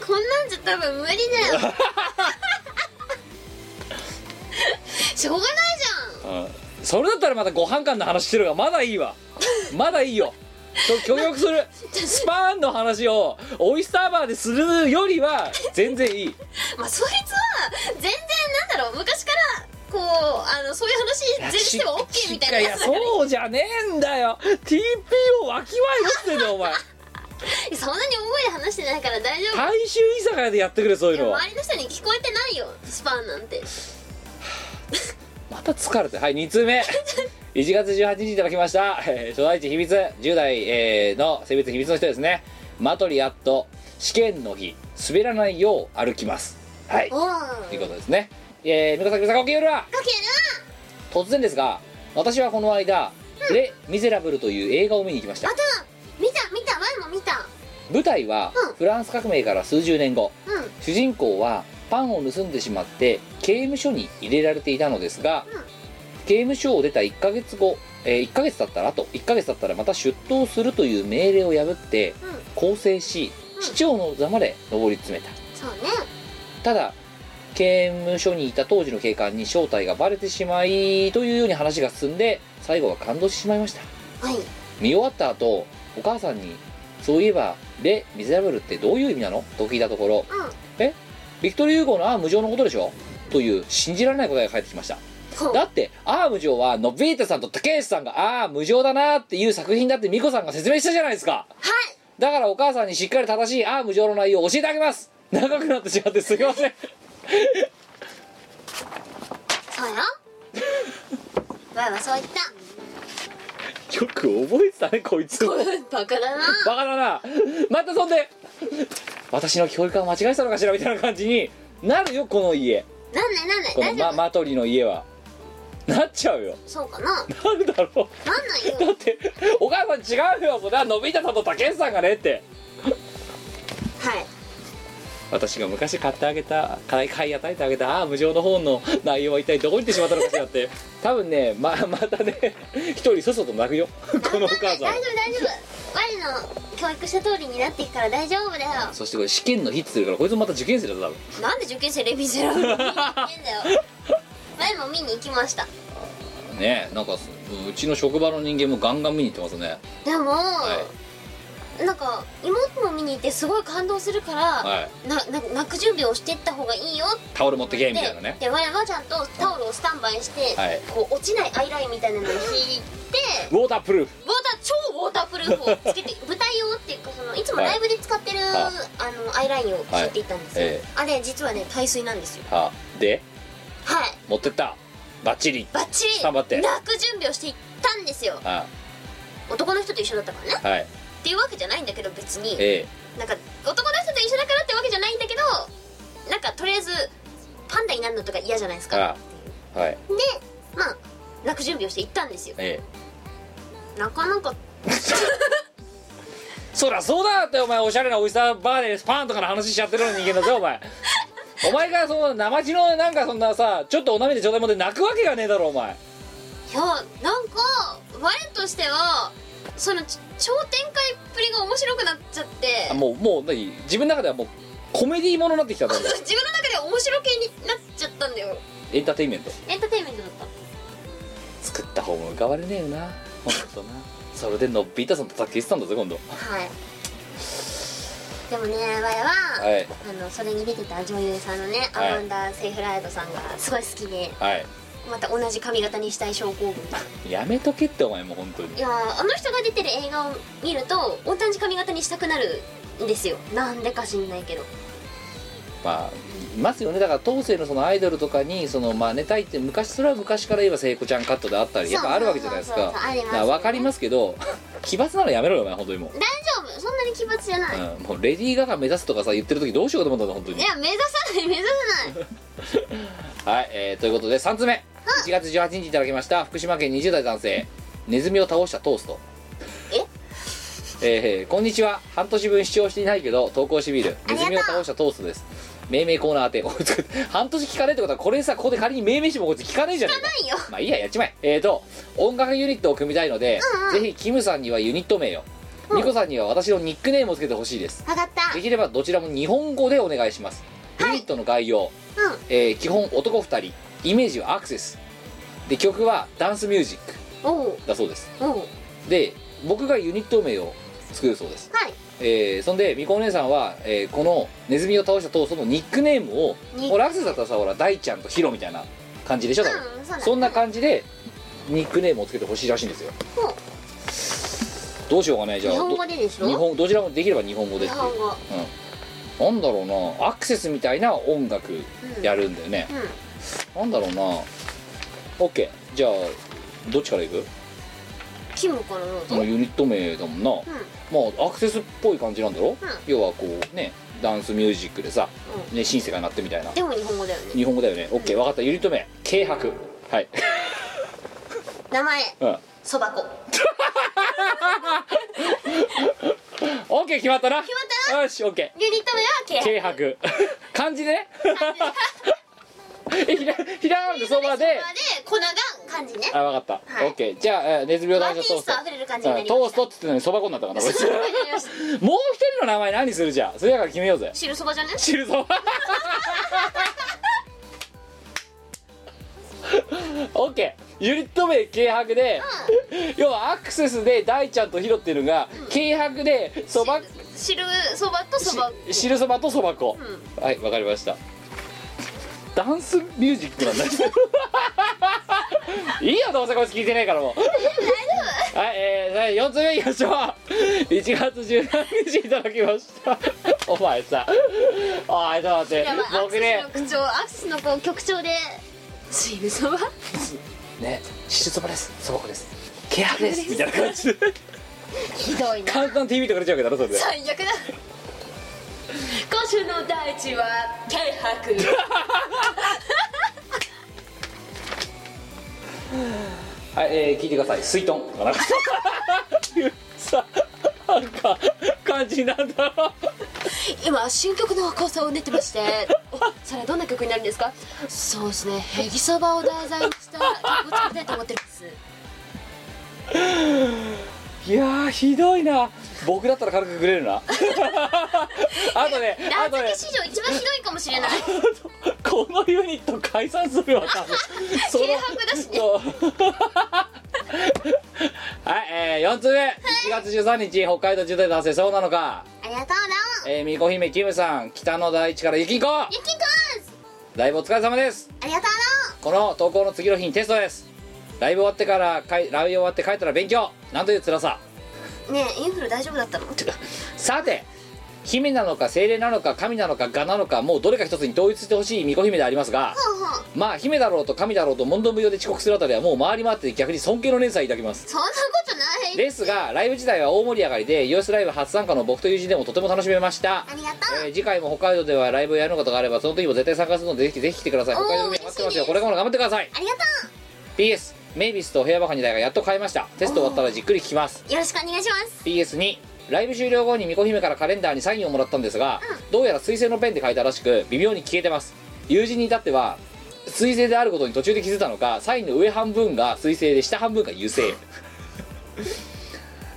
S2: こんなんじゃ多分無理だ よしょうがないじ
S1: うんそれだったらまたご飯館の話してるがまだいいわまだいいよちょ協力するスパーンの話をオイスターバーでするよりは全然いい
S2: ゃんまあそいつは全然なんだろう昔からこうあのそういう話全然しても OK みたいな
S1: や
S2: やつ
S1: しいやそうじゃねえんだよ TPO わきまえろってんだよお前
S2: そんなに大声で話してないから大丈夫
S1: 大衆居酒屋でやってくれそうい
S2: いう
S1: の
S2: や
S1: は
S2: 周りの人に聞こえてないよスパンなんて
S1: また疲れてはい2通目 1月18日いただきました、えー所在地秘密10代、えーの性別秘密の人ですねマトリやっと試験の日滑らないよう歩きますはい
S2: おお
S1: ということですねえー、美香さん美香さんおきよるわ
S2: かけ
S1: 突然ですが私はこの間「レ・ミゼラブル」という映画を見に行きました
S2: るまた見た見た前も見た
S1: 舞台は
S2: うん
S1: フランス革命から数十年後
S2: うん
S1: 主人公はパンを盗んでしまって刑務所に入れられていたのですが、
S2: うん
S1: 刑務所を出た1ヶ月後、え1ヶ月経ったらと1ヶ月経ったらまた出頭するという命令を破って更生し、
S2: うん
S1: 市長の座まで上り詰めた
S2: そうね
S1: ただ刑務所にいた当時の警官に正体がバレてしまいというように話が進んで最後は感動してしまいました
S2: はい
S1: 見終わった後お母さんに「そういえば『レ・ミゼラブル』ってどういう意味なの?」と聞いたところ「えビクトリー・ユーゴーのアーム上のことでしょ?」という信じられない答えが返ってきました
S2: ほう
S1: だってアーム上はノビータさんと竹内さんが「ああ無情だな」っていう作品だって美子さんが説明したじゃないですかだからお母さんにしっかり正しい「ああ無情」の内容を教えてあげます長くなってしまってすいま せん
S2: そうよわいはそう言った
S1: よく覚えてたねこいつも
S2: バカだな
S1: バカだなまたそんで私の教育は間違えたのかしらみたいな感じになるよこの家
S2: なんないなんない
S1: この
S2: 大丈
S1: マ
S2: 夫、
S1: マトリの家はなっちゃうよ
S2: そうかななん
S1: なるだろ
S2: ないう
S1: だ
S2: よ
S1: ってお母さん違うよそれはのび太さんと竹内さんがねって
S2: はい
S1: 私が昔買ってあげた買い買い与えてあげたああ無情の方の内容は一体どこに行ってしまったのかしらって多分ねままたね一人そそと泣くよこのお母さん
S2: 大丈夫大丈夫我の教育した通りになっていくから大丈夫だよ
S1: そしてこれ試験の日ってするからこいつもまた受験生だぞ多分
S2: なんで受験生レミゼ ラブル見に行ってんだよ前も見に行きました
S1: ねえなんかすうちの職場の人間もガンガン見に行ってますね
S2: でも、
S1: は
S2: なんか妹も見に行ってすごい感動するから、
S1: はい
S2: なな泣く準備をしてった方がいいよって
S1: タオル持ってけみたいなね
S2: で我々はちゃんとタオルをスタンバイして、
S1: はい
S2: こう落ちないアイラインみたいなのを引いて
S1: ウォータープルーフ
S2: ウォーター超ウォータープルーフをつ けて舞台用っていうかそのいつもライブで使ってる、
S1: は
S2: あのアイラインを引いていたんですよ、
S1: はいえ
S2: あれ実はね耐水なんですよ
S1: あで
S2: はい
S1: 持ってったバッチリ
S2: バッチリ
S1: 頑張って
S2: 泣く準備をしていったんですよ
S1: あ
S2: 男の人と一緒だったからね
S1: はい
S2: っていうわけじゃないんだけど別に
S1: え
S2: なんか男の人と一緒だからってわけじゃないんだけどなんかとりあえずパンダになるのとか嫌じゃないです
S1: え
S2: か
S1: あはい
S2: でまあ泣く準備をして行ったんですよ
S1: ええ
S2: なかなか
S1: そりゃそうだってお前おしゃれなおじさんバーでスパーンとかの話しちゃってるような人間だぜお 前お前がその生地のなんかそんなさちょっとお涙ちょうだいもんで泣くわけがねえだろお前
S2: いやなんか我としてはそのち超展開っぷりが面白くなっちゃって
S1: あもうもう何自分の中ではもうコメディーものになってきた んだ
S2: 自分の中では面白系になっちゃったんだよ
S1: エンターテインメント
S2: エンターテインメントだった
S1: 作った方も浮かばれねえよな本当なそれでのっぴーたさんとさっき言ってたんだぞ今度
S2: はいでもね我は、
S1: はい
S2: あのそれに出てた女優さんのね、
S1: はい
S2: アマンダ・セイフライドさんがすごい好きで
S1: はい
S2: また同じ髪型にしたい症候群
S1: やめとけってお前もう本当に
S2: いやーあの人が出てる映画を見ると同じ髪型にしたくなるんですよなんでか知んないけど
S1: まあいますよねだから当世のそのアイドルとかにそのまあネタいって昔それは昔から言えば聖子ちゃんカットであったりやっぱあるわけじゃないですか
S2: そうそうそうそうありますよね
S1: だら分かりますけど 奇抜なのやめろよお前本当にも
S2: 大丈夫そんなに奇抜じゃない、
S1: う、うん、もうレディー・ガガ目指すとかさ言ってる時どうしようかと思ったんだ本当
S2: い
S1: に
S2: や目指さない目指さない
S1: はい、えーということで3つ目1月18日いただきました福島県20代男性ネズミを倒したトーストえーこんにちは半年分視聴していないけど投稿してみるネズミを倒したトーストです命名コーナー宛て おいつ半年聞かねえってことはこれさここで仮に命名してもこいつ聞かねえじゃねえか
S2: ないよ
S1: まあいいややっちまええーと音楽ユニットを組みたいので、ぜひキムさんにはユニット名を、ミコさんには私のニックネームをつけてほしいです
S2: 分かった
S1: できればどちらも日本語でお願いします、ユニットの概要、えー基本男2人イメージはアクセスで曲はダンスミュージッ
S2: おう
S1: クだそうです
S2: おう
S1: で僕がユニット名を作るそうです、
S2: はい
S1: えーそんでみこお姉さんは、えーこのネズミを倒した当初のニックネームを
S2: ニック
S1: ほらアクセスだったらさほら大ちゃんとヒロみたいな感じでしょ多分
S2: うんそうだね
S1: そんな感じでニックネームをつけてほしいらしいんですよどうしようかねじゃあ
S2: 日本語ででし
S1: ど日
S2: ょ
S1: 本どちらもできれば日本語でっ
S2: 日
S1: ていう
S2: 本語
S1: うん、なんだろうなアクセスみたいな音楽やるんだよね、なんだろうな OK じゃあどっちからいく
S2: キムからの
S1: もうユニット名だもんな、まあアクセスっぽい感じなんだろ、要はこうねダンスミュージックでさ、ね、シンセが鳴ってみたいな
S2: でも日本語だよね
S1: 日本語だよね OK 分かったユニット名軽薄はい、
S2: 名前
S1: うん、
S2: そば粉
S1: OK 決まったな決まったよし OK
S2: ユニット名は K
S1: 軽薄漢字でねえひらひらがなでそばで
S2: で粉が漢字ね
S1: あ分かった、
S2: はい
S1: オッケーじゃあえーネズミを
S2: ワ
S1: 倒
S2: ン
S1: し
S2: ピースと
S1: たトースト
S2: 溢れる感じにな
S1: うん
S2: り
S1: ト
S2: ま
S1: ー
S2: し
S1: ストって言ってのにそば粉になったから な俺
S2: た
S1: もう一人の名前何するじゃんそれだから決めようぜ
S2: 汁そばじゃね
S1: 汁そばオッケーユニット名軽薄で、要はアクセスで大ちゃんとヒロっていうのが軽薄でそば
S2: 汁そばとそば
S1: し汁そばとそば粉、はいわかりましたダンスミュージックなんだ いいよどうせこいつ聞いてないからもうはいえー、4つ目いきましょう1月17日いただきました お前さおいちょっと待って
S2: やばいアク
S1: 僕
S2: セ
S1: ね
S2: スの口調アクセスのこう曲調で汁そば
S1: ね汁そばですそば粉です軽薄ですみたいな感じで
S2: ひどいな
S1: 簡単 TV とか出ちゃうわけだろそれで
S2: 最悪だ今週の第一は軽薄
S1: はい、えー聞いてください。水遁とかなんかいう さ、なんか感じなんだろ
S2: 今新曲の構想を練ってまして おそれはどんな曲になるんですかそうですねへぎそばを題材にした曲を作りたいと思ってるんです
S1: いやーひどいな僕だったら軽くくれる なあとねあ
S2: 乱
S1: とね
S2: 付け史上一番ひどいかもしれない
S1: このユニット解散するわ 多分その
S2: 軽薄だしね
S1: そう はい、えー、4つ目、1月13日北海道渋滞で発生そうなのか
S2: ありがとうだ
S1: えー、みこ姫キムさん北の大地から雪行こ
S2: ゆきこーす
S1: うライブお疲れ様です
S2: ありがと
S1: この投稿の次の日にテストですライブ終わってからかいライブ終わって帰ったら勉強なんという辛さ
S2: うだねえインフル大丈夫だったの
S1: さて姫なのか精霊なのか神なのか蛾なのかもうどれか一つに統一してほしい巫女姫でありますが
S2: ほうほう
S1: まあ姫だろうと神だろうと問答無用で遅刻するあたりはもう回り回って逆に尊敬の連鎖いただきます
S2: そんなことない
S1: ですがライブ自体は大盛り上がりで US ライブ初参加の僕と友人でもとても楽しめました
S2: ありがとう、
S1: えー次回も北海道ではライブをやることがあればその時も絶対参加するのでぜひぜひ来てください
S2: おー
S1: 北海道の皆さん待ってま
S2: 嬉
S1: すよ
S2: しいです
S1: これからも頑張ってください
S2: ありがと
S1: PS メイビスとヘアバカに代がやっと買いましたテスト終わったらじっくり聞きます
S2: うよろしくお願いします
S1: PS2 ライブ終了後に巫女姫からカレンダーにサインをもらったんですが、どうやら彗星のペンで書いたらしく微妙に消えてます友人に至っては彗星であることに途中で気づいたのかサインの上半分が彗星で下半分が 油性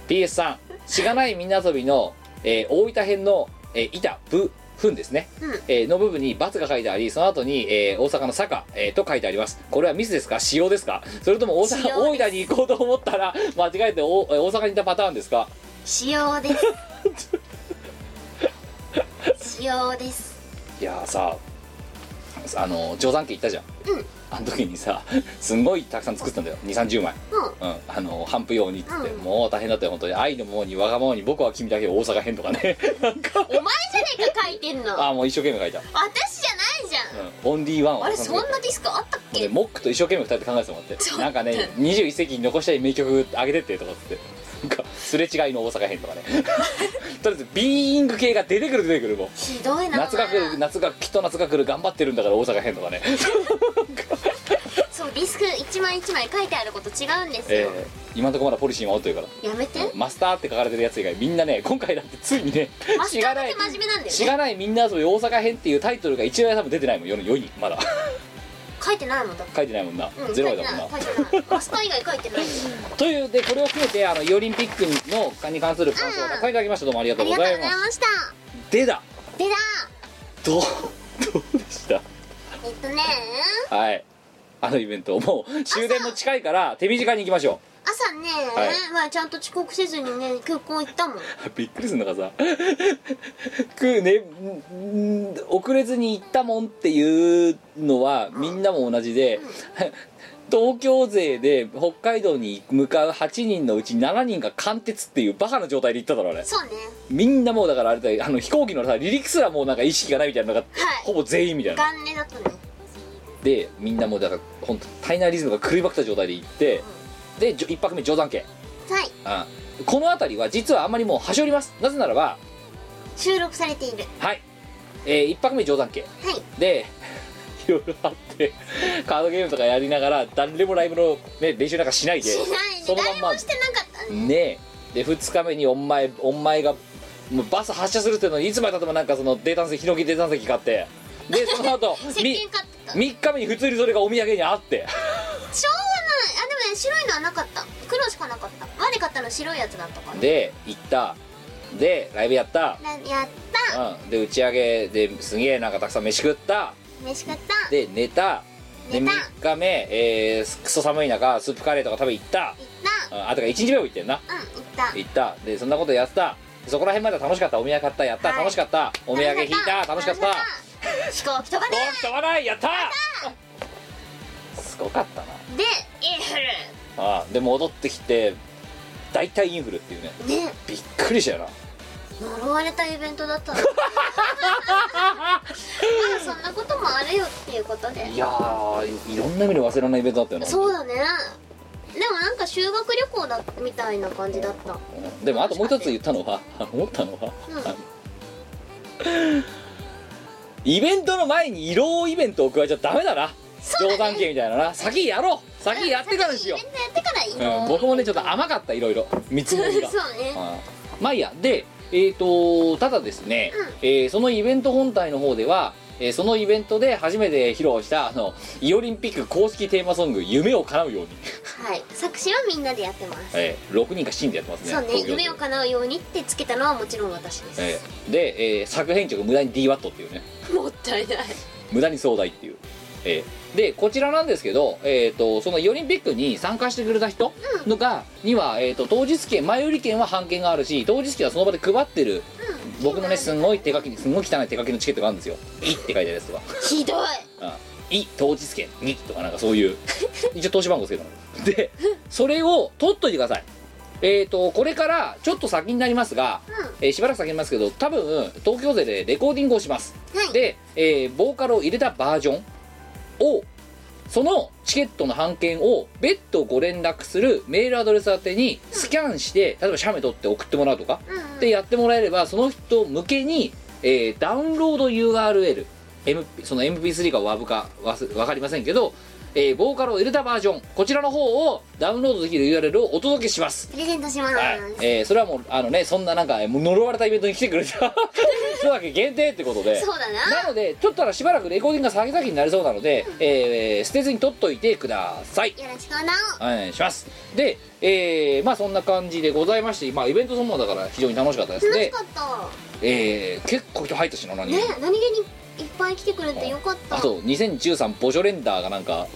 S1: PS3 しがないみんな遊びの、えー大分編の、えー板部分ですね、
S2: うん
S1: えーの部分に×が書いてありその後に、えー大阪の坂、えーと書いてありますこれはミスですか使用ですかそれとも大
S2: 使
S1: 阪
S2: 用
S1: 大分に行こうと思ったら間違えておえー大阪にいたパターンですか
S2: 仕様です仕様です
S1: いやーさあの定山家行ったじゃん、
S2: うん
S1: あの時にさすんごいたくさん作ったんだよ2 3 0枚、
S2: う
S1: うん、あの頒布用にっつって、
S2: うん
S1: もう大変だったよ本当に愛のままにわがままに僕は君だけを大阪編とかね なんか
S2: お前じゃねえか書いてんの
S1: ああもう一生懸命書いた、
S2: 私じゃないじゃん
S1: うん、オンリーワンは
S2: あれそんなディスクあったっ
S1: で
S2: け
S1: モックと一生懸命2人で考えてもらってなんかね21世紀に残したい名曲あげてってとかっつってなんかすれ違いの大阪編とか ねとりあえずビーイング系が出てくる出てくるもう
S2: ひどいな
S1: 夏が来る夏がきっと夏が来る頑張ってるんだから大阪編とかね
S2: そうディスク一枚一枚書いてあること違うんです
S1: え
S2: よ、
S1: ー今のところまだポリシー守ってるから
S2: やめて
S1: マスターって書かれてるやつ以外みんなね今回だってついにね
S2: マスターだけ
S1: 知ら
S2: 真面目なんだよ
S1: 知
S2: ね
S1: らないみんな遊び大阪編っていうタイトルが一枚多分出てないもん世の世にまだ
S2: 書いてないもんだって
S1: 書いてないもんな、
S2: うん
S1: ゼ
S2: 書
S1: ロ
S2: い
S1: だ
S2: て
S1: もん
S2: な
S1: ない
S2: 書いてないマスター以 外書いてない
S1: というでこれを含めてあのイオリンピックのに関する感想をたくさんいただきましたどうもありがと
S2: あ
S1: う
S2: り
S1: ご
S2: がとう
S1: ざ
S2: ご
S1: い
S2: ざ
S1: ま
S2: い
S1: す
S2: ました
S1: でだ
S2: でだ
S1: どうどうで した
S2: えっとね
S1: はいあのイベントもう終電も近いから手短に行きましょ
S2: 朝ね、
S1: はい
S2: まあ、ちゃんと遅刻せずにね空港行ったもん
S1: う びっくりするのがさくねんん遅れずに行ったもんっていうのはみんなも同じで東京勢で北海道に向かう8人のうち7人が貫徹っていうバカな状態で行っただろうね
S2: そうね
S1: みんなもうだからあれだよあの飛行機のさ離陸すらもうなんか意識がないみたいなのが、
S2: はい
S1: ほぼ全員みたいな
S2: 元年だったね
S1: でみんなもうだから本当体内リズムが狂いばくった状態で行って、でじょ一泊目定山家、
S2: はい
S1: うん、この辺りは実はあんまりもう端折りますなぜならば
S2: 収録されている
S1: はい、えー一泊目定山家
S2: はい
S1: で いろいろあってカードゲームとかやりながら誰もライブの、ね、練習なんかしないで
S2: しない
S1: そ
S2: で
S1: のま
S2: 誰
S1: んま
S2: もしてなかったね
S1: ねえで2日目にお前お前がもうバス発車するっていうのにいつまでたってもなんかそのデータの席ヒノキデータの席買ってでその 後
S2: 石鹸買ってたしょうがない
S1: 3日目に普通にそれがお土産にあって
S2: あでもね白いのはなかった黒しかなかった我で買ったの白いやつだったから
S1: で行ったでライブやった、
S2: なやった
S1: うん、で打ち上げですげえなんかたくさん飯食った
S2: 飯食った行っ
S1: で寝たで
S2: 寝た
S1: 3日目、えー、クソ寒い中スープカレーとか食べ行った、
S2: た
S1: うん、あとから1日目も行ってんな
S2: うん行った
S1: 行ったでそんなことやってたそこら辺までは楽しかったお土産買ったやった、
S2: はい
S1: 楽しかったお土産引いた楽しかった
S2: 楽しかった飛行機飛ばね
S1: ゴーン飛ばないやったすごかったな
S2: でインフル
S1: ああで戻ってきて大体インフルっていうね
S2: ね
S1: びっくりしたよな
S2: 呪われたイベントだ ったのまあそんなこともあるよっていうことで
S1: いやーいろんな意味で忘れられないイベントだったよな
S2: そうだねでもなんか修学旅行だみたいな感じだった
S1: うんでもあともう一つ言ったのはあの思ったのは、
S2: うん
S1: あのイベントの前に色イベントを加えちゃダメだな冗談系みたいなな先やろう先やってからにしよ
S2: イベントやってからいいの
S1: う、うん、僕もねちょっと甘かったいろいろ見積もりが
S2: そうね
S1: あーまあいいやでえー、とただですね、えーそのイベント本体の方では、ええーそのイベントで初めて披露したあのイオリンピック公式テーマソング「夢を叶うように
S2: はい作詞はみんなでやってます」
S1: えー、6人か7人でやってますね
S2: そうね
S1: 東京で
S2: 夢を叶うようにってつけたのはもちろん私です、
S1: えーで、えー作編曲無駄に DWAT っていうね
S2: もったいない
S1: 無駄に壮大っていう、えーでこちらなんですけど、えー、とそのイオリンピックに参加してくれた人のが、には、えー、と当日券前売り券は半券があるし当日券はその場で配ってる、僕のねすごい手書きすごい汚い手書きのチケットがあるんですよ「い」って書いてあるやつとか
S2: ひどい
S1: 「い」当日券「に」とかなんかそう いう一応投資番号つけたのでそれを取っといてくださいえー、とこれからちょっと先になりますが、えーしばらく先になりますけど多分東京勢でレコーディングをします、
S2: はい
S1: で、えーボーカルを入れたバージョンをそのチケットの版権を別途ご連絡するメールアドレス宛てにスキャンして、例えば写メ取って送ってもらうとか、でやってもらえればその人向けに、えーダウンロード URL MP その MP3 か WAV かわすわかりませんけど、えーボーカルを入れたバージョンこちらの方をダウンロードできる URL をお届けします
S2: プレゼントします、
S1: はい、えーそれはもうあのねそんななんかもう呪われたイベントに来てくれた 人だけ限定ってことで
S2: そうだな
S1: なのでちょっとあのしばらくレコーディングが先々になりそうなので、えー捨てずに取っといてください
S2: よろしくな
S1: お願いしますで、えーまあそんな感じでございまして、まあ、イベントそのものだから非常に楽しかったです
S2: 楽し
S1: で、
S2: かった
S1: えー結構人入ったしな何人
S2: ね何気にいっぱい来てくれてよかった
S1: あと2013ボジョレンダーがなんか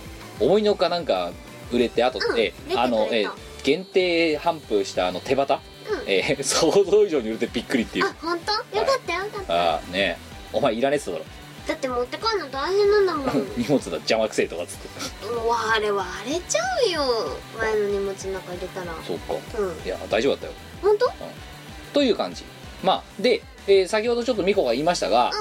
S1: 思いのほかなんか売れてあと
S2: うん
S1: で、
S2: 出てくれた
S1: あの、えー限定販布したあの手旗、
S2: うん
S1: えー 想像以上に売れてびっくりっていう
S2: あ本当よかったよかった
S1: ああねえお前いらねえっつっただろ
S2: だって持って帰るの大変なんだもん
S1: 荷物だ邪魔くせえとかっつって
S2: もうあれ割れちゃうよ前の荷物の中入れたらう
S1: そうか
S2: ん
S1: いや大丈夫だったよ
S2: 本当
S1: という感じまあで、えー先ほどちょっとミコが言いましたが、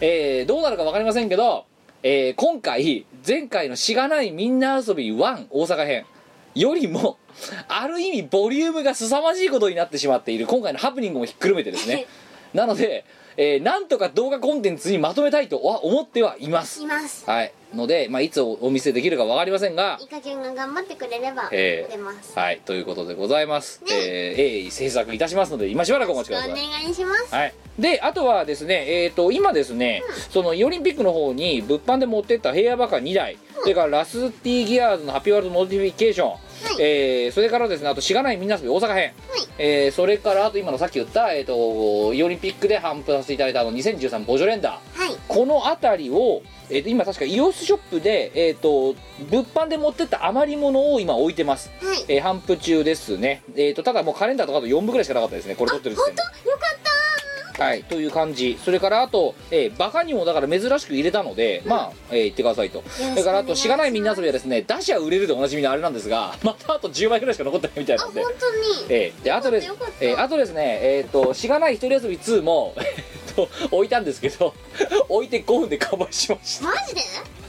S1: えーどうなるか分かりませんけど、えー今回前回の「しがないみんな遊び1大阪編」よりもある意味ボリュームが凄まじいことになってしまっている今回のハプニングもひっくるめてですねなので、えーなんとか動画コンテンツにまとめたいとは思ってはいます
S2: います
S1: はいので、まあ、いつおお見せできるか分かりませんが
S2: イカちゃんが頑張ってくれれば
S1: ええ
S2: 出ます
S1: はいということでございます、えー鋭意制作いたしますので今しばらくお待ち
S2: お
S1: ください
S2: 願いします
S1: はい、であとはですね、えー、と今ですね、そのイオリンピックの方に物販で持ってった平野バカ2台、それからラスティギアーズのハッピーワールドモディフィケーション、えーそれからですねあとしがないみんな遊び大阪編、えーそれからあと今のさっき言った、えー、とイオリンピックで販布させていただいたあの2013ボジョレンダー、
S2: はい
S1: この辺りを、えーと今確かイオスショップで、えー、と物販で持ってった余り物を今置いてます、
S2: はい
S1: えー販布中ですね、えー、とただもうカレンダーとかあと4部ぐらいしかなかったですねこれ撮ってる時点で
S2: よかった
S1: はい、という感じそれからあと、えーバカにもだから珍しく入れたので、まあ、えー言ってくださいとそれからあとしがないみんな遊びはですね出しは売れるでおなじみのあれなんですが またあと10枚ぐらいしか残ってないみたい
S2: あ
S1: なん
S2: 本
S1: で
S2: 当に
S1: えーであとです
S2: よかっ、た
S1: えーあとですねえっ、としがない一人遊び2も えーと置いたんですけど置いて5分で完売しまし
S2: マジではあ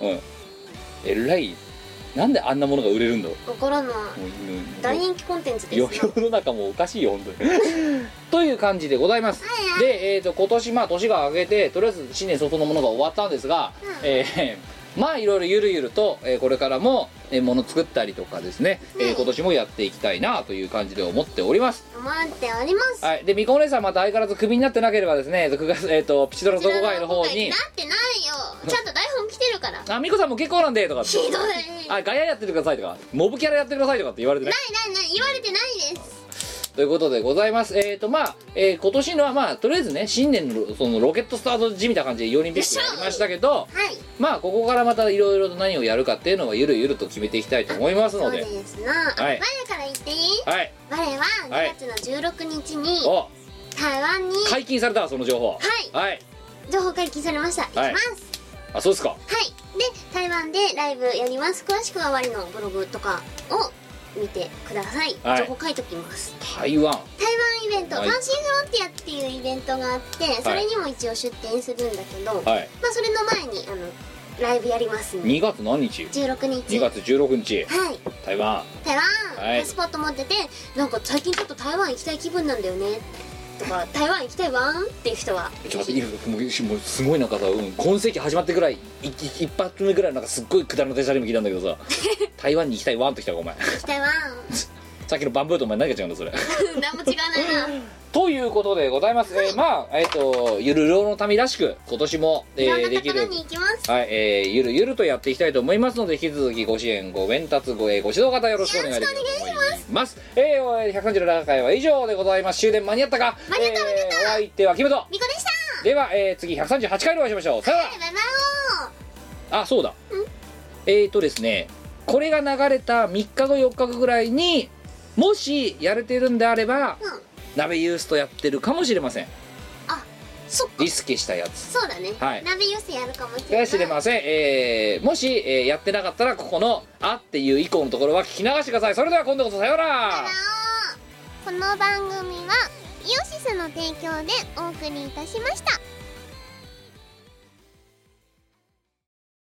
S1: たうんえらいなんであんなものが売れるんだろ
S2: わからないう
S1: もううん
S2: 大人気コンテンツです
S1: 世
S2: よ
S1: 世の中もうおかしいよ本当に という感じでございます、で、えー、と今年まあ年が明けてとりあえず新年早々のものが終わったんですが、えー まあいろいろゆるゆると、えーこれからも、えー、もの作ったりとかですね、えー今年もやっていきたいなという感じで思っております
S2: 思っております
S1: はいでみこお姉さんまた相変わらずクビになってなければですね、えーと九月えー、とピチドラ
S2: こ
S1: 同好会の方に
S2: なってないよちゃんと台本来てるから
S1: 「あみこさんも結構なんで」とかって
S2: ひどい
S1: あガヤやっててください」とか「モブキャラやってください」とかって言われてね
S2: ないないない言われてないです
S1: ということでございます。えっ、と、まあ、えー今年のは、まあ、とりあえずね、新年のそのロケットスタート時みたいな感じで4人ピックやりましたけど、
S2: はい
S1: まあ、ここからまたいろいろと何をやるかっていうのは、ゆるゆると決めていきたいと思います
S2: そ
S1: の
S2: う
S1: で、
S2: ですなあ
S1: は
S2: 我
S1: い
S2: から言っていい
S1: はい。
S2: 我は
S1: はい
S2: 2月の16日に
S1: お、
S2: 台湾に
S1: 解禁されたわその情報。
S2: い
S1: はい。
S2: 情報解禁されました行きます
S1: はいあ、そうですか。
S2: はいで台湾でライブやります詳しくは我のブログとかを見てください
S1: はい
S2: 情報書いときます
S1: 台湾。
S2: 台湾イベント
S1: は
S2: ファ
S1: い
S2: ンシーフロンティアっていうイベントがあってそれにも一応出店するんだけどまあ
S1: はい。
S2: それの前にあのライブやりますんで
S1: 2月何日
S2: 16
S1: ?2
S2: 日はい
S1: 月16日。台湾。
S2: 台湾
S1: はい
S2: パスポート持っててなんか最近ちょっと台湾行きたい気分なんだよねと か台湾行きたいわんっていう人は
S1: ちょっと待っていや、もうもうすごいなんかさ、うん、今世紀始まってぐらい、いい一発 目ぐらいなんかすっごいくだらないシャレも聞いたんだけどさ、台湾に行きたいワンと来たか、お前。
S2: 行きたいわん
S1: さっきのバンブーとお前何が違うんだそれ
S2: 何も違わないな
S1: ということでございます、えーまあえっ、とゆるろうの民らしく今年も、えー
S2: いろん
S1: で
S2: な
S1: き
S2: ところ
S1: る
S2: に行きます
S1: はい、えー、ゆるゆるとやっていきたいと思いますので、引き続きご支援、ご鞭達、ごえーご指導方よろしくお願いいたします。えーおえー、137回は以上でございます。終電間に合ったか間に合った、間に合った、お相手はキムト
S2: みこでした
S1: では、えー、次138回でお会いしましょう。さよなら
S2: バイバイ
S1: あそうだえーとですねこれが流れた3日後4日後ぐらいにもしやれてるんであれば、
S2: うん
S1: 鍋ユースとやってるかもしれません
S2: そっか
S1: リスケしたやつ
S2: そうだね、
S1: はい
S2: 鍋寄せやるかもしれな
S1: が
S2: い
S1: 知れません、えーもし、えーやってなかったらここの「あ」っていう以降のところは聞き流してくださいそれでは今度こそさようなら
S2: この番組はイオシスの提供でお送りいたしました